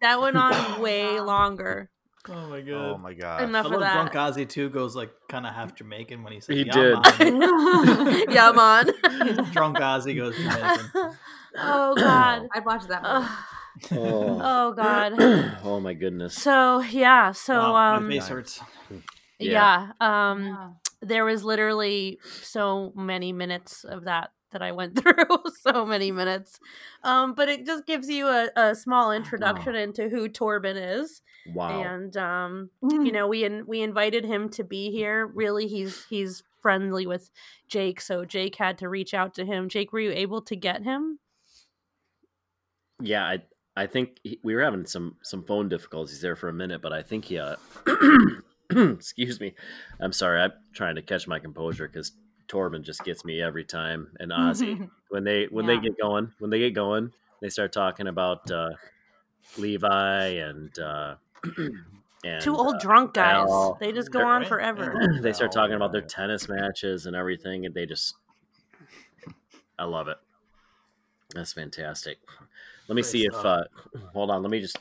That went on
[COUGHS]
way longer.
Oh my god.
Oh my god.
I
Enough
love
of
Drunk
that.
Ozzy too goes like kind of half Jamaican when he says
He
"Yeah,
did.
yeah, man.
[LAUGHS]
[LAUGHS]
man." Drunk Ozzy goes Jamaican.
oh god.
I'd watch that. Movie.
Ugh. [LAUGHS]
Oh,
Oh god.
[CLEARS THROAT]
oh my goodness.
So yeah, so
Wow,
um
my face hurts. [LAUGHS]
yeah. um
Yeah.
there was literally so many minutes of that that I went [LAUGHS] through, so many minutes. Um but it just gives you a, a small introduction into who Torben is.
Wow.
And um
[LAUGHS]
Mm.
you know we in, we invited him to be here really he's he's friendly with jake so jake had to reach out to him jake were you able to get him
Yeah, I I think he, we were having some some phone difficulties there for a minute, but I think he. Uh, [CLEARS THROAT] excuse me, I'm sorry. I'm trying to catch my composure because Torben just gets me every time, and Ozzy when they when
Yeah.
they get going when they get going they start talking about uh, Levi and uh, and
two old
uh,
drunk guys
Al.
they just go
They're
on
right.
forever
they start
Oh,
talking about their
right.
tennis matches and everything, and they just I love it. That's fantastic. Let me
Great
see if
stuff.
uh hold on, let me just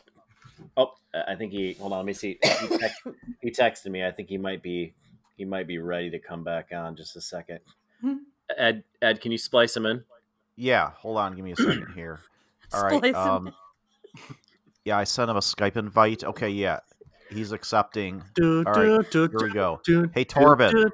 oh I I think he hold on, let me see. He,
[LAUGHS]
text, he texted me. I think he might be he might be ready to come back on just a second.
Hmm.
Ed Ed, can you splice him in?
Yeah, hold on, give me a second here. All
Splice
right.
'em.
Um, yeah, I sent him a Skype invite. Okay, yeah, he's accepting.
All
right, Here we go. Hey Torben. Or-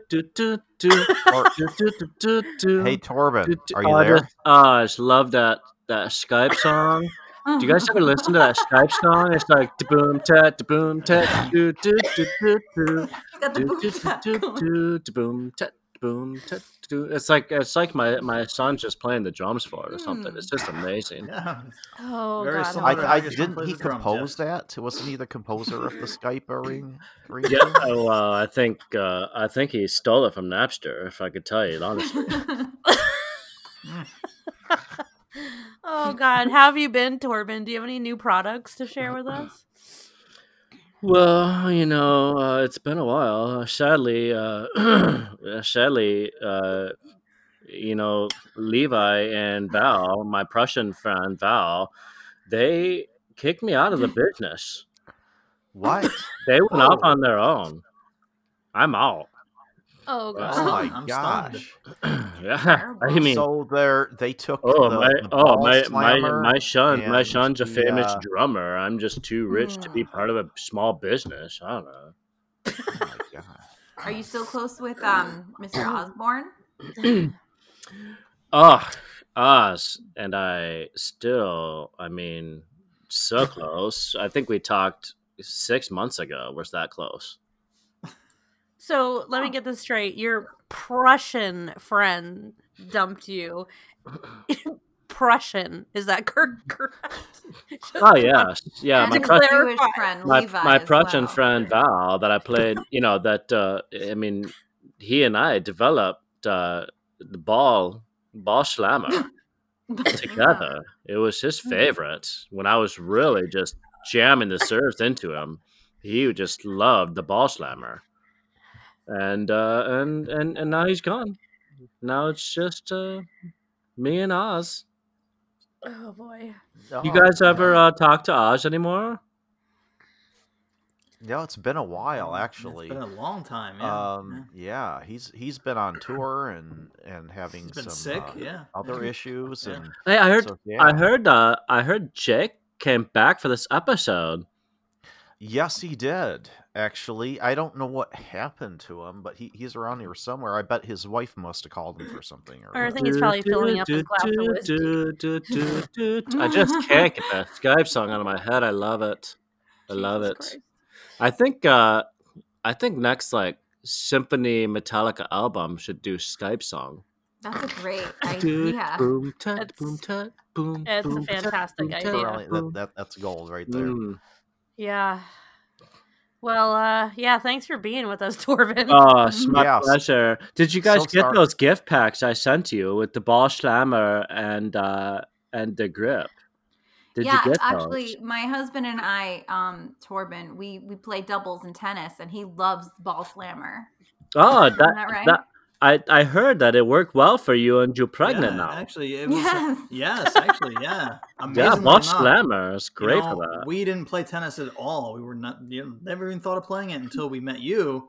hey Torben, are you
Oh, I
there?
just- oh, I just love that that Skype song. Do you guys ever listen [LAUGHS] to that Skype song? It's like da boom tat da boom tat do do do do do
He's got
do do [LAUGHS] do
the boot tap going.
do da boom tat da boom tat do. It's like it's like my my son's just playing the drums for it or something. It's just
Hmm.
amazing.
Yeah.
oh
Very
god
I,
similar.
I
Your son
didn't.
plays
He
the drum, Jeff.
composed that. Wasn't he the composer of the Skype ring? ring
Yeah, oh, uh, I think uh, I think he stole it from Napster. If I could tell you honestly,
oh god how have you been torben do you have any new products to share
[LAUGHS]
with us
Well, you know, uh, it's been a while. Uh, Sadly, uh, [CLEARS THROAT] uh, sadly, uh, you know, Levi and Val, my Prussian friend Val, they kicked me out
[LAUGHS]
of the business.
[LAUGHS]
What?
They went off
Oh.
on their own. I'm out. [CLEARS THROAT]
oh god
Oh my
I'm stunned.
gosh!
yeah, I mean,
so they're they took.
oh
the,
my,
the
oh
ball
my, my,
slammer
my son, my
and
son's a
the,
famous
uh,
drummer. I'm just too rich
[SIGHS]
to be part of a small business. I don't know.
oh my god.
Are you still close with um, Mr. Osborne?
Oh, us and I still, I mean, so close. I think we talked six months ago. Was that close?
So let me get this straight. Your Prussian friend dumped you. [LAUGHS] Prussian. Is that
[LAUGHS]
cor- correct? Just [LAUGHS]
Oh yeah, yeah.
And
My,
his
Prus-
Jewish friend,
my,
Levi,
my
as
Prussian
well.
[LAUGHS]
friend Val that I played. You know that uh, I mean, he and I developed uh, the ball ball slammer together. It was his
Mm-hmm.
favorite when I was really just jamming the serves into him. He just loved the ball slammer, and uh, and and and now he's gone. Now it's just uh, me and Oz.
Oh boy.
You guys ever uh, talk to Oz anymore?
No, it's been a while actually.
been a long time, yeah,
Um, yeah. he's he's been on tour and and having
been
some
sick,
uh,
yeah. Mm-hmm.
other issues and
Hey, I heard,
so,
I
yeah.
heard, uh, I heard Jake came back for this episode.
Yes, he did. Actually, I don't know what happened to him, but he, he's around here somewhere. I bet his wife must have called him for something. Or,
Or I think he's probably filling up his glass of whiskey.
I
[LAUGHS]
just can't get that Skype song out of my head. I love it. I love it. I think, uh, I think next like Symphony Metallica album should do Skype song.
That's a
[LAUGHS]
great
Dude,
idea.
boom, tut, boom, tut, boom.
It's a
boom, tut,
fantastic
boom, tut,
idea.
that, that, that's gold right there.
Mm-hmm. Mm.
Yeah. Well, uh, yeah, thanks for being with us, [LAUGHS] Torvin.
Oh, it's my pleasure. Did you guys
So
get
sorry.
those gift packs I sent you with the ball slammer and uh and the grip? Did
yeah,
you get
actually,
those?
my husband and I, um, Torben, we we play doubles in tennis, and he loves ball slammer.
Oh,
Isn't
that,
that
that,
right?
I I heard that it worked well for you and you're pregnant
Yeah,
now.
[LAUGHS]
Actually, it was uh,
yes,
actually, yeah.
yeah,
Amazingly
ball
not.
slammer is
You
great
know,
for that.
We didn't play tennis at all. We were not, you know, never even thought of playing it until we met you,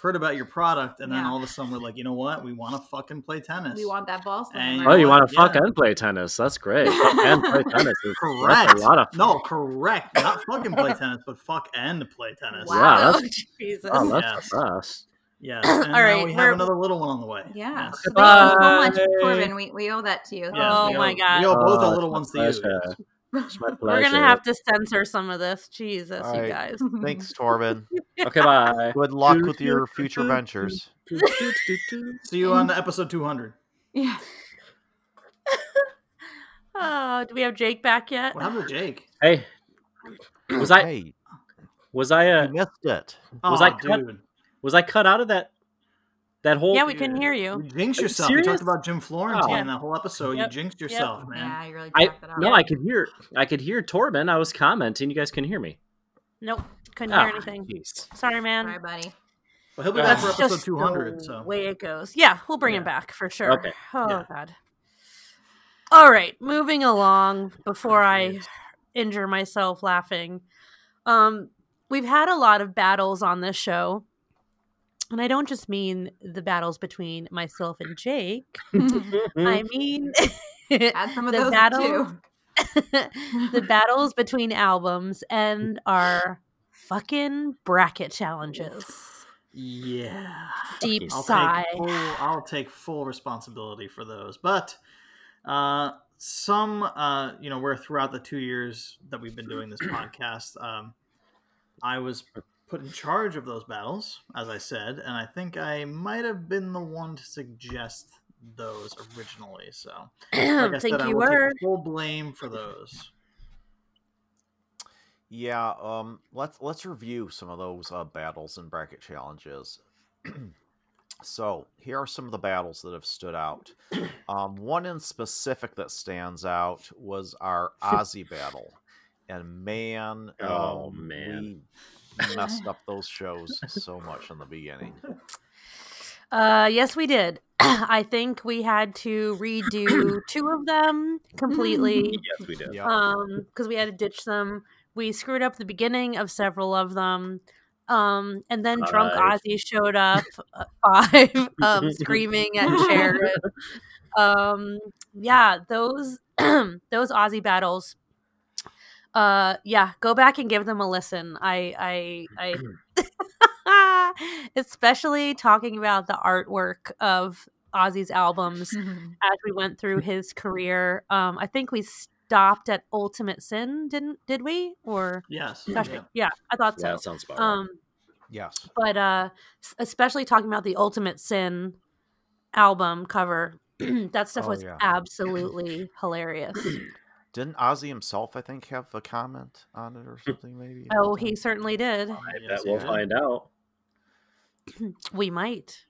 heard about your product, and then
Yeah.
all of a sudden we're like, you know what? We want to fucking play tennis.
we want that ball
And
slammer.
Oh, you want
what?
to fuck
Yeah.
and play tennis? That's great. Fuck and play
[LAUGHS]
tennis. Is,
correct.
that's a lot of fun.
No, correct. Not fucking play tennis, but fuck and play tennis.
Wow, Yeah, that's-
Jesus.
Oh, that's the best.
Yeah.
All
And now
right,
we have
we're-
another little one on the way.
Yeah.
Oh, Yes.
So thank you so much,
Bye.
Torben. We, we owe that to you.
Yes, Oh we owe- my God. we owe both our little ones to you.
you. It's my pleasure.
We're gonna have to censor some of this. Jesus,
All
you
right.
[LAUGHS]
guys.
Oh. [LAUGHS]
Thanks, Torben.
[LAUGHS]
Okay, bye.
Good luck with your future ventures.
See you on the episode 200.
Yeah.
Oh, do we have Jake back yet?
What happened to Jake?
Hey, was I?
Hey.
Was I? Uh,
missed it.
Was
Aw,
I cut?
dude.
Was I cut out of that? That whole.
Yeah, we couldn't hear you.
You jinxed
Are you
yourself. You,
serious?
talked about Jim Florentine
Wow.
in that whole episode.
Yep.
You jinxed
Yep.
yourself, man.
Yeah, you really
I
jacked it up.
no, I could hear. I could hear Torben. I was commenting. You guys can hear me.
Nope, couldn't
Ah,
hear anything.
jeez.
Sorry, man.
Sorry, buddy.
Well, he'll be
Uh,
back for
That's
episode
just
200.
the
So
way it goes. Yeah, we'll bring him back for sure.
Okay,
Oh
yeah.
god. All right, moving along before I injure myself laughing. Um, we've had a lot of battles on this show. And I don't just mean the battles between myself and Jake. [LAUGHS]
[LAUGHS]
I [LAUGHS]
Mm.
mean
[LAUGHS] Add some of
the
those
battles
too.
[LAUGHS] the battles between albums and our fucking bracket challenges.
yeah,
Deep
I'll
sigh. [CLEARS THROAT]
Take full, I'll take full responsibility for those. But uh, some, uh, you know, where throughout the two years that we've
[CLEARS THROAT]
been doing this podcast, um, I was put in charge of those battles, as I said, and I think I might have been the one to suggest those
[CLEARS THROAT]
originally. So, like I
Think
said, I
you
will
were.
take full blame for those.
Yeah, um, let's let's review some of those uh, battles and bracket challenges. [CLEARS THROAT] so here are some of the battles that have stood out. Um, one in specific that stands out was our Aussie battle, and man,
[LAUGHS] Oh,
um,
man.
we messed up those shows so much in the beginning.
Uh, yes, we did. [CLEARS THROAT] I think we had to redo two of them completely
Mm, Yes, we did.
Yeah.
um because we had to ditch them we screwed up the beginning of several of them um and then drunk
Five.
ozzy showed up uh, [LAUGHS] five um screaming at sharon um yeah those [CLEARS THROAT] those ozzy battles uh yeah go back and give them a listen i i i
[LAUGHS]
especially talking about the artwork of ozzy's albums
[LAUGHS]
as we went through his career. Um, I think we stopped at Ultimate Sin, didn't did we? Or
Yes.
gosh,
yeah.
yeah, I thought so.
Yeah, that sounds about right.
um,
Yes,
but uh, s- especially talking about the Ultimate Sin album cover, [CLEARS THROAT]
that stuff
Oh,
was
yeah.
absolutely hilarious.
Didn't Ozzy himself, I think, have a comment on it or something? Maybe.
Oh, he
[LAUGHS]
certainly [LAUGHS]
[CLEARS THROAT]
did.
I bet we'll find out.
We might.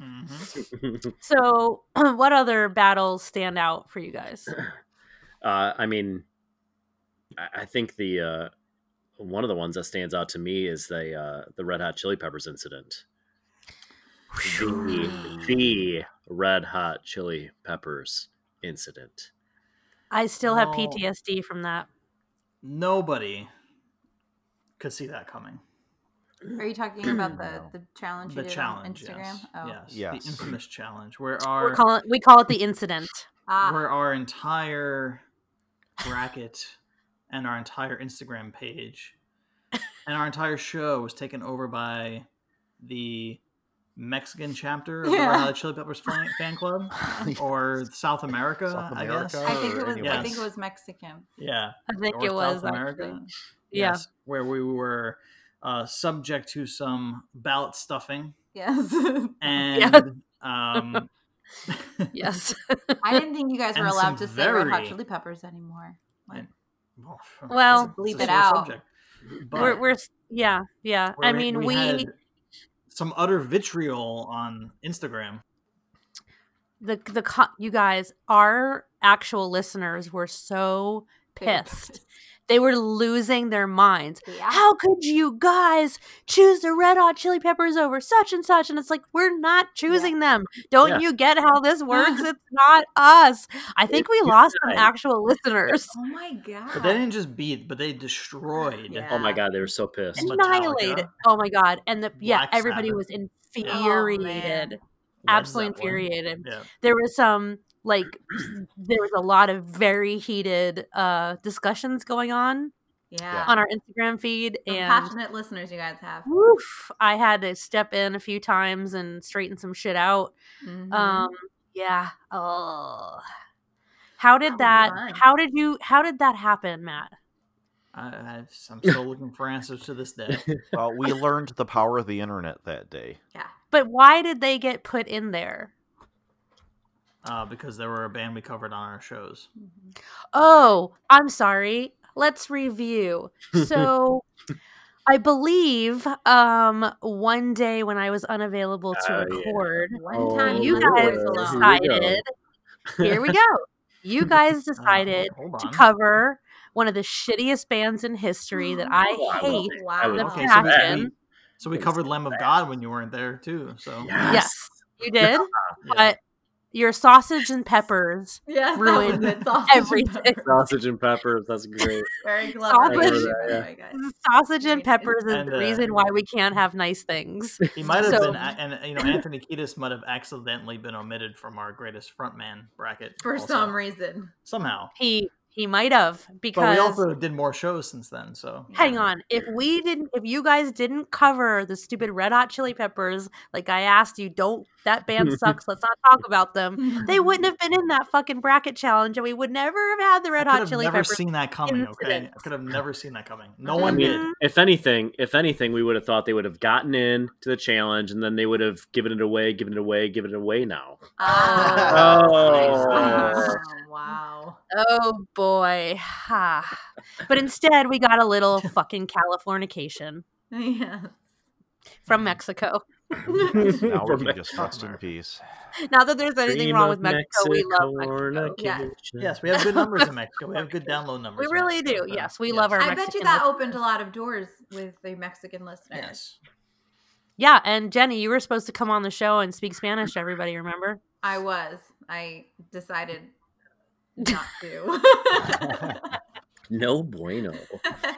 Mm-hmm.
[CLEARS THROAT]
[LAUGHS]
So, what other battles stand out for you guys?
Uh, I mean, I, I think the uh, one of the ones that stands out to me is the uh, the Red Hot Chili Peppers incident. The, the Red Hot Chili Peppers incident.
I still have
No.
PTSD from that.
Nobody could see that coming.
Are you talking about the, the challenge you
The
did
challenge,
on Instagram?
yes,
Oh.
yes,
Yes.
the infamous challenge where our
We call it we call it the incident.
Ah,
where our entire bracket and our entire Instagram page and our entire show was taken over by the Mexican chapter of the
Yeah.
Red Hot Chili Peppers fan, fan club
Oh,
or South America,
South
I guess.
America
I think it was I think
Yes.
it was Mexican.
Yeah.
I think
or
it was,
South America.
actually.
Yeah.
Yes. Where we were uh, subject to some ballot stuffing.
Yes. [LAUGHS]
And um,
yes.
I didn't think you guys were
And some
allowed to say Red Hot
very-
Chili Peppers anymore.
Well,
Bleep
it's a
it
sore
out.
subject.
[LAUGHS] we're
But-
we're s- yeah, yeah.
where
I mean, we,
had some utter vitriol on Instagram.
the the co- you guys our actual listeners were so pissed
[LAUGHS]
they were losing their minds
Ah.
how could you guys choose the red hot chili peppers over such and such and it's like we're not choosing them don't
Yeah.
you get how
[LAUGHS]
this works it's not us i think we lost some
guys.
actual
[LAUGHS]
listeners
Oh my god.
Ah.
But they didn't just beat, but they destroyed.
Oh my god, they were so pissed.
annihilated oh my god and the yeah
Black
everybody
Sabbath.
was
Oh,
Yeah.
infuriated absolutely
Zeppelin.
infuriated
Yeah.
there was some like
[CLEARS THROAT]
there was a lot of very heated uh discussions going on
Yeah.
on our instagram feed
Some
and
passionate listeners you guys have.
woof, i had to step in a few times and straighten some shit out
Mhm.
um yeah oh how did that
fun.
how did you how did that happen matt
I, I,
[LAUGHS]
I'm still looking for answers to this day.
well, we learned the power of the internet that day.
but why did they get put in there
Uh, because there were a band we covered on our shows.
Mm-hmm.
Oh, I'm sorry. Let's
[LAUGHS]
review. So I believe um one day when I was unavailable to
Oh, yeah.
record,
One time
you
you were
guys
always alone. Oh, Here we
decided here we
go.
go. You
[LAUGHS]
guys
Uh-huh.
decided
hold
to
on.
cover one of the shittiest bands in history
[GASPS]
[LAUGHS]
that I
Oh, I
hate.
was- I was
The
Okay,
so we-
passion.
we, so we covered Lamb of God when you weren't there too. So
Yes, you
[LAUGHS]
did. But your sausage and peppers
[LAUGHS] Yes, that was
ruined
it,
[LAUGHS]
sausage and [LAUGHS]
everything.
Sausage and peppers. That's great.
Very clever.
Sausage,
I remember that,
sausage and peppers is
And,
the
uh,
reason why we can't have nice
[LAUGHS]
things.
He might have
So-
been, and uh, you know, Anthony Kiedis might have accidentally been omitted from our greatest frontman bracket
For
also.
some reason.
Somehow,
He he might have
but
because
we also did more shows since then. So
hang
[LAUGHS]
on, if we didn't, if you guys didn't cover the stupid Red Hot Chili Peppers, like I asked you, don't that band sucks. let's not talk about them.
[LAUGHS]
They wouldn't have been in that fucking bracket challenge, and we would never have had the Red
I could
Hot
have
Chili
never
Peppers.
seen that coming. Okay,
incident.
I could have never seen that coming.
Mm-hmm.
No
I
one did.
mean, if anything, if anything, we would have thought they would have gotten in to the challenge, and then they would have given it away, given it away, given it away. Now,
Uh, [LAUGHS]
[LAUGHS]
oh,
wow. [LAUGHS]
Oh boy, ha! [SIGHS] But instead, we got a little
[LAUGHS]
fucking Californication [LAUGHS]
Yeah. [LAUGHS]
from Mexico.
Now we
From
can just rest in peace.
Not that there's anything
Dream
wrong
of
with Mexico, we love Mexico.
Mexicornication.
Yes.
Yes, we have good
[LAUGHS]
numbers in Mexico. We have good download numbers.
We
in
really
Mexico,
do.
so-
Yes, we love our.
I bet you
Mexican
that
listeners.
opened a lot of doors with the Mexican listeners.
Yes.
Yeah, and Jenny, you were supposed to come on the show and speak Spanish to everybody, remember?
I was. I decided not
[LAUGHS]
to. [LAUGHS]
no bueno. [LAUGHS]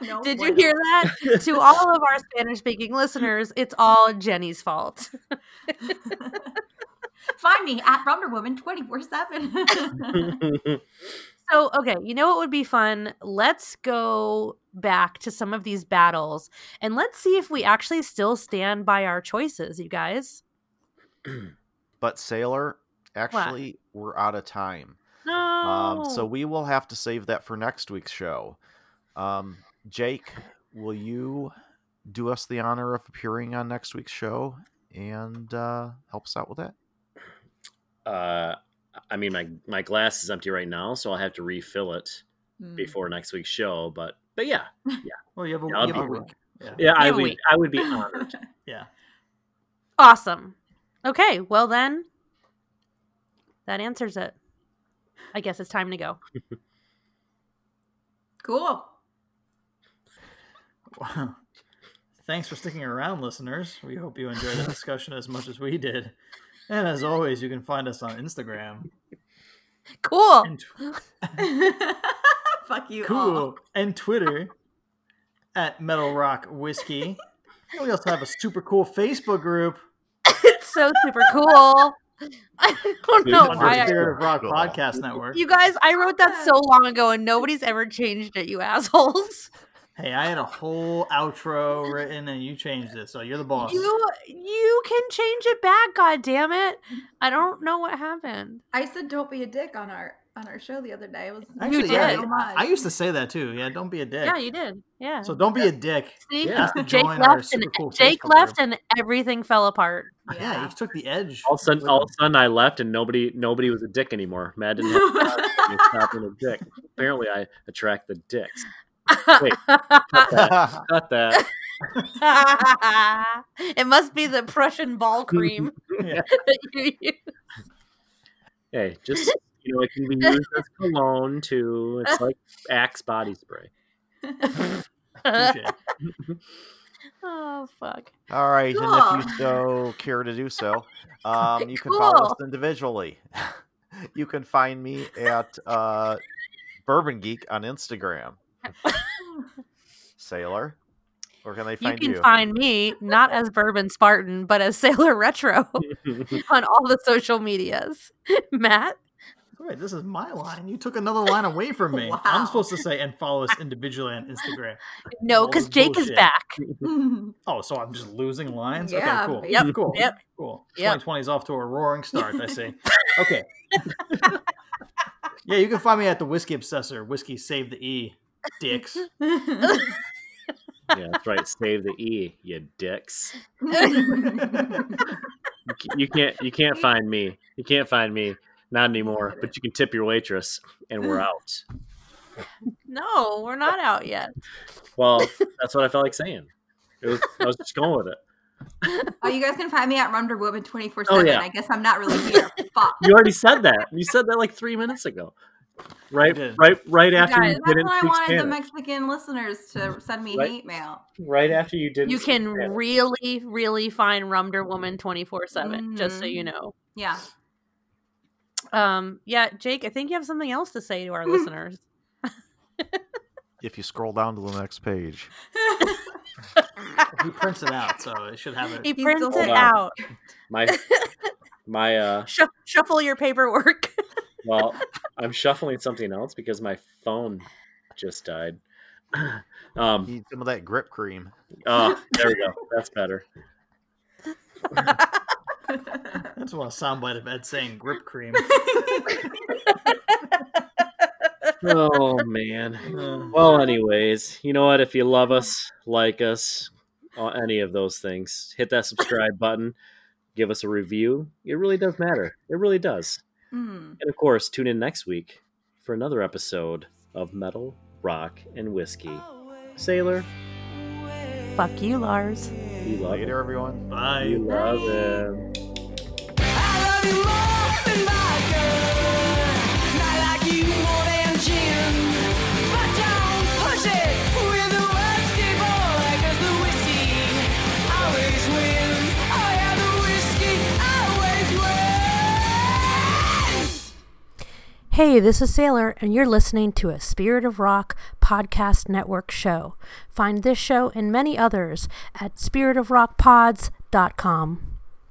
Oh,
No
Did you
bueno.
hear that? to all of our Spanish speaking listeners, it's all Jenny's fault.
Find me at Wonder Woman 24
[LAUGHS]
[LAUGHS] 7.
So, okay, you know what would be fun? Let's go back to some of these battles and let's see if we actually still stand by our choices, you guys.
But Sailor, actually, we're out of time.
No.
Um,
Oh.
so we will have to save that for next week's show. Um, Jake, will you do us the honor of appearing on next week's show and uh, help us out with that?
uh, I mean, my my glass is empty right now, so I'll have to refill it
Mm.
before next week's show. But but yeah, yeah.
Well, you have a,
Yeah, I'll
you have a
be-
week. Yeah.
Yeah, I
You have a
would
week.
I
[LAUGHS]
would be honored.
yeah.
Awesome. Okay, well then, that answers it. I guess it's time to go.
Cool.
Wow. Thanks for sticking around, listeners. We hope you enjoyed the discussion as much as we did. And as always, you can find us on Instagram.
Cool.
[LAUGHS]
[LAUGHS]
Fuck you. All.
Cool. And Twitter at Metal Rock Whiskey. And we also have a super cool Facebook group.
It's so super cool. [LAUGHS] I don't know
under
why.
Spirit
I,
of Rock Podcast Network.
you guys, I wrote that so long ago, and nobody's ever changed it. You assholes.
Hey, I had a whole outro written and you changed it, so you're the boss.
You you can change it back. God damn it! I don't know what happened.
I said don't be a dick on our on our show the other day. It was
Actually,
did.
Uh,
Oh
yeah,
so
I-
much.
I used to say that too. Yeah, don't be a dick.
Yeah, you did. Yeah.
So don't be a dick.
See,
Ask to
Jake
join our
left and
super cool
Jake
Facebook
left,
group.
and everything fell apart. [LAUGHS]
Yeah, you took the edge. [LAUGHS]
All of a sudden, all of a sudden, I left and nobody nobody was a dick anymore. Mad didn't have
[LAUGHS]
to stop being a dick. Apparently, I attract the dicks. Wait, cut
[LAUGHS]
that. Cut that.
[LAUGHS] it must be the Prussian ball cream. that you use.
Hey,
[LAUGHS]
just you know, it can be used as cologne too. It's like Axe body spray. [LAUGHS]
oh fuck.
All right, and if
Cool.
you so care to
[LAUGHS]
do so, um, you can follow us
Cool.
individually. [LAUGHS] you can find me at uh, Bourbon Geek on
[LAUGHS]
Instagram. Sailor, where can they
You
find
can
you?
find me not as Bourbon Spartan, but as Sailor Retro [LAUGHS] on all the social medias. [LAUGHS] Matt,
Wait, this is my line. You took another line away from me. I'm supposed to say and follow us individually on Instagram.
no,
All this
because Jake is
bullshit.
back.
Oh, so I'm just losing lines?
Yeah,
okay, cool.
yep,
Cool.
yep,
Cool.
yep.
2020 is off to a roaring start, I
[LAUGHS]
see. Okay. yeah, you can find me at the Whiskey Obsessor. Whiskey save the E.
[LAUGHS]
Dicks.
Yeah, that's right. Save the E, you dicks. You ca- You can't you can't find me. You can't find me. Not anymore. But you can tip your waitress and
[LAUGHS]
we're out.
No, we're not out yet.
Well, that's what I felt like saying. It was I was just going with it.
[LAUGHS] Oh, you guys can find me at Wonder Woman twenty four
Oh,
seven.
yeah.
I guess I'm not really here. Fuck.
You already said that. You said that like three minutes ago. Right right right
You
[LAUGHS] after
guys-
you
that's
didn't
why I
speak
wanted the
Spanish.
Mexican listeners to send me
Right.
hate mail.
Right after you didn't
You
speak
can
Spanish.
really, really find Rumder Woman 24 7, just so you know.
Yeah.
Um, yeah, Jake, I think you have something else to say to [LAUGHS] our listeners.
If you scroll down to the next page,
he prints it out, so it should have it.
He prints
Hold
it
on.
out. [LAUGHS]
[LAUGHS]
My my uh
Shuff- shuffle your [LAUGHS] paperwork.
well, I'm shuffling something else because my phone just died. [CLEARS THROAT] Um
need some of that grip cream.
[LAUGHS] Oh, there we go. That's better.
I just want a soundbite of Ed saying grip
[LAUGHS]
cream.
Oh man.
Uh,
Well, anyways, you know what? If you love us, like us, or any of those things, hit that subscribe button. Give us a review. It really does matter. It really does.
Mm.
And of course, tune in next week for another episode of Metal, Rock, and Whiskey.
Oh.
Sailor,
Fuck you, Lars.
we love it.
Later, everyone.
We
bye.
love it.
Oh,
Hey, this is Sailor, and you're listening to a Spirit of Rock podcast network show. Find this show and many others at spiritofrockpods.com.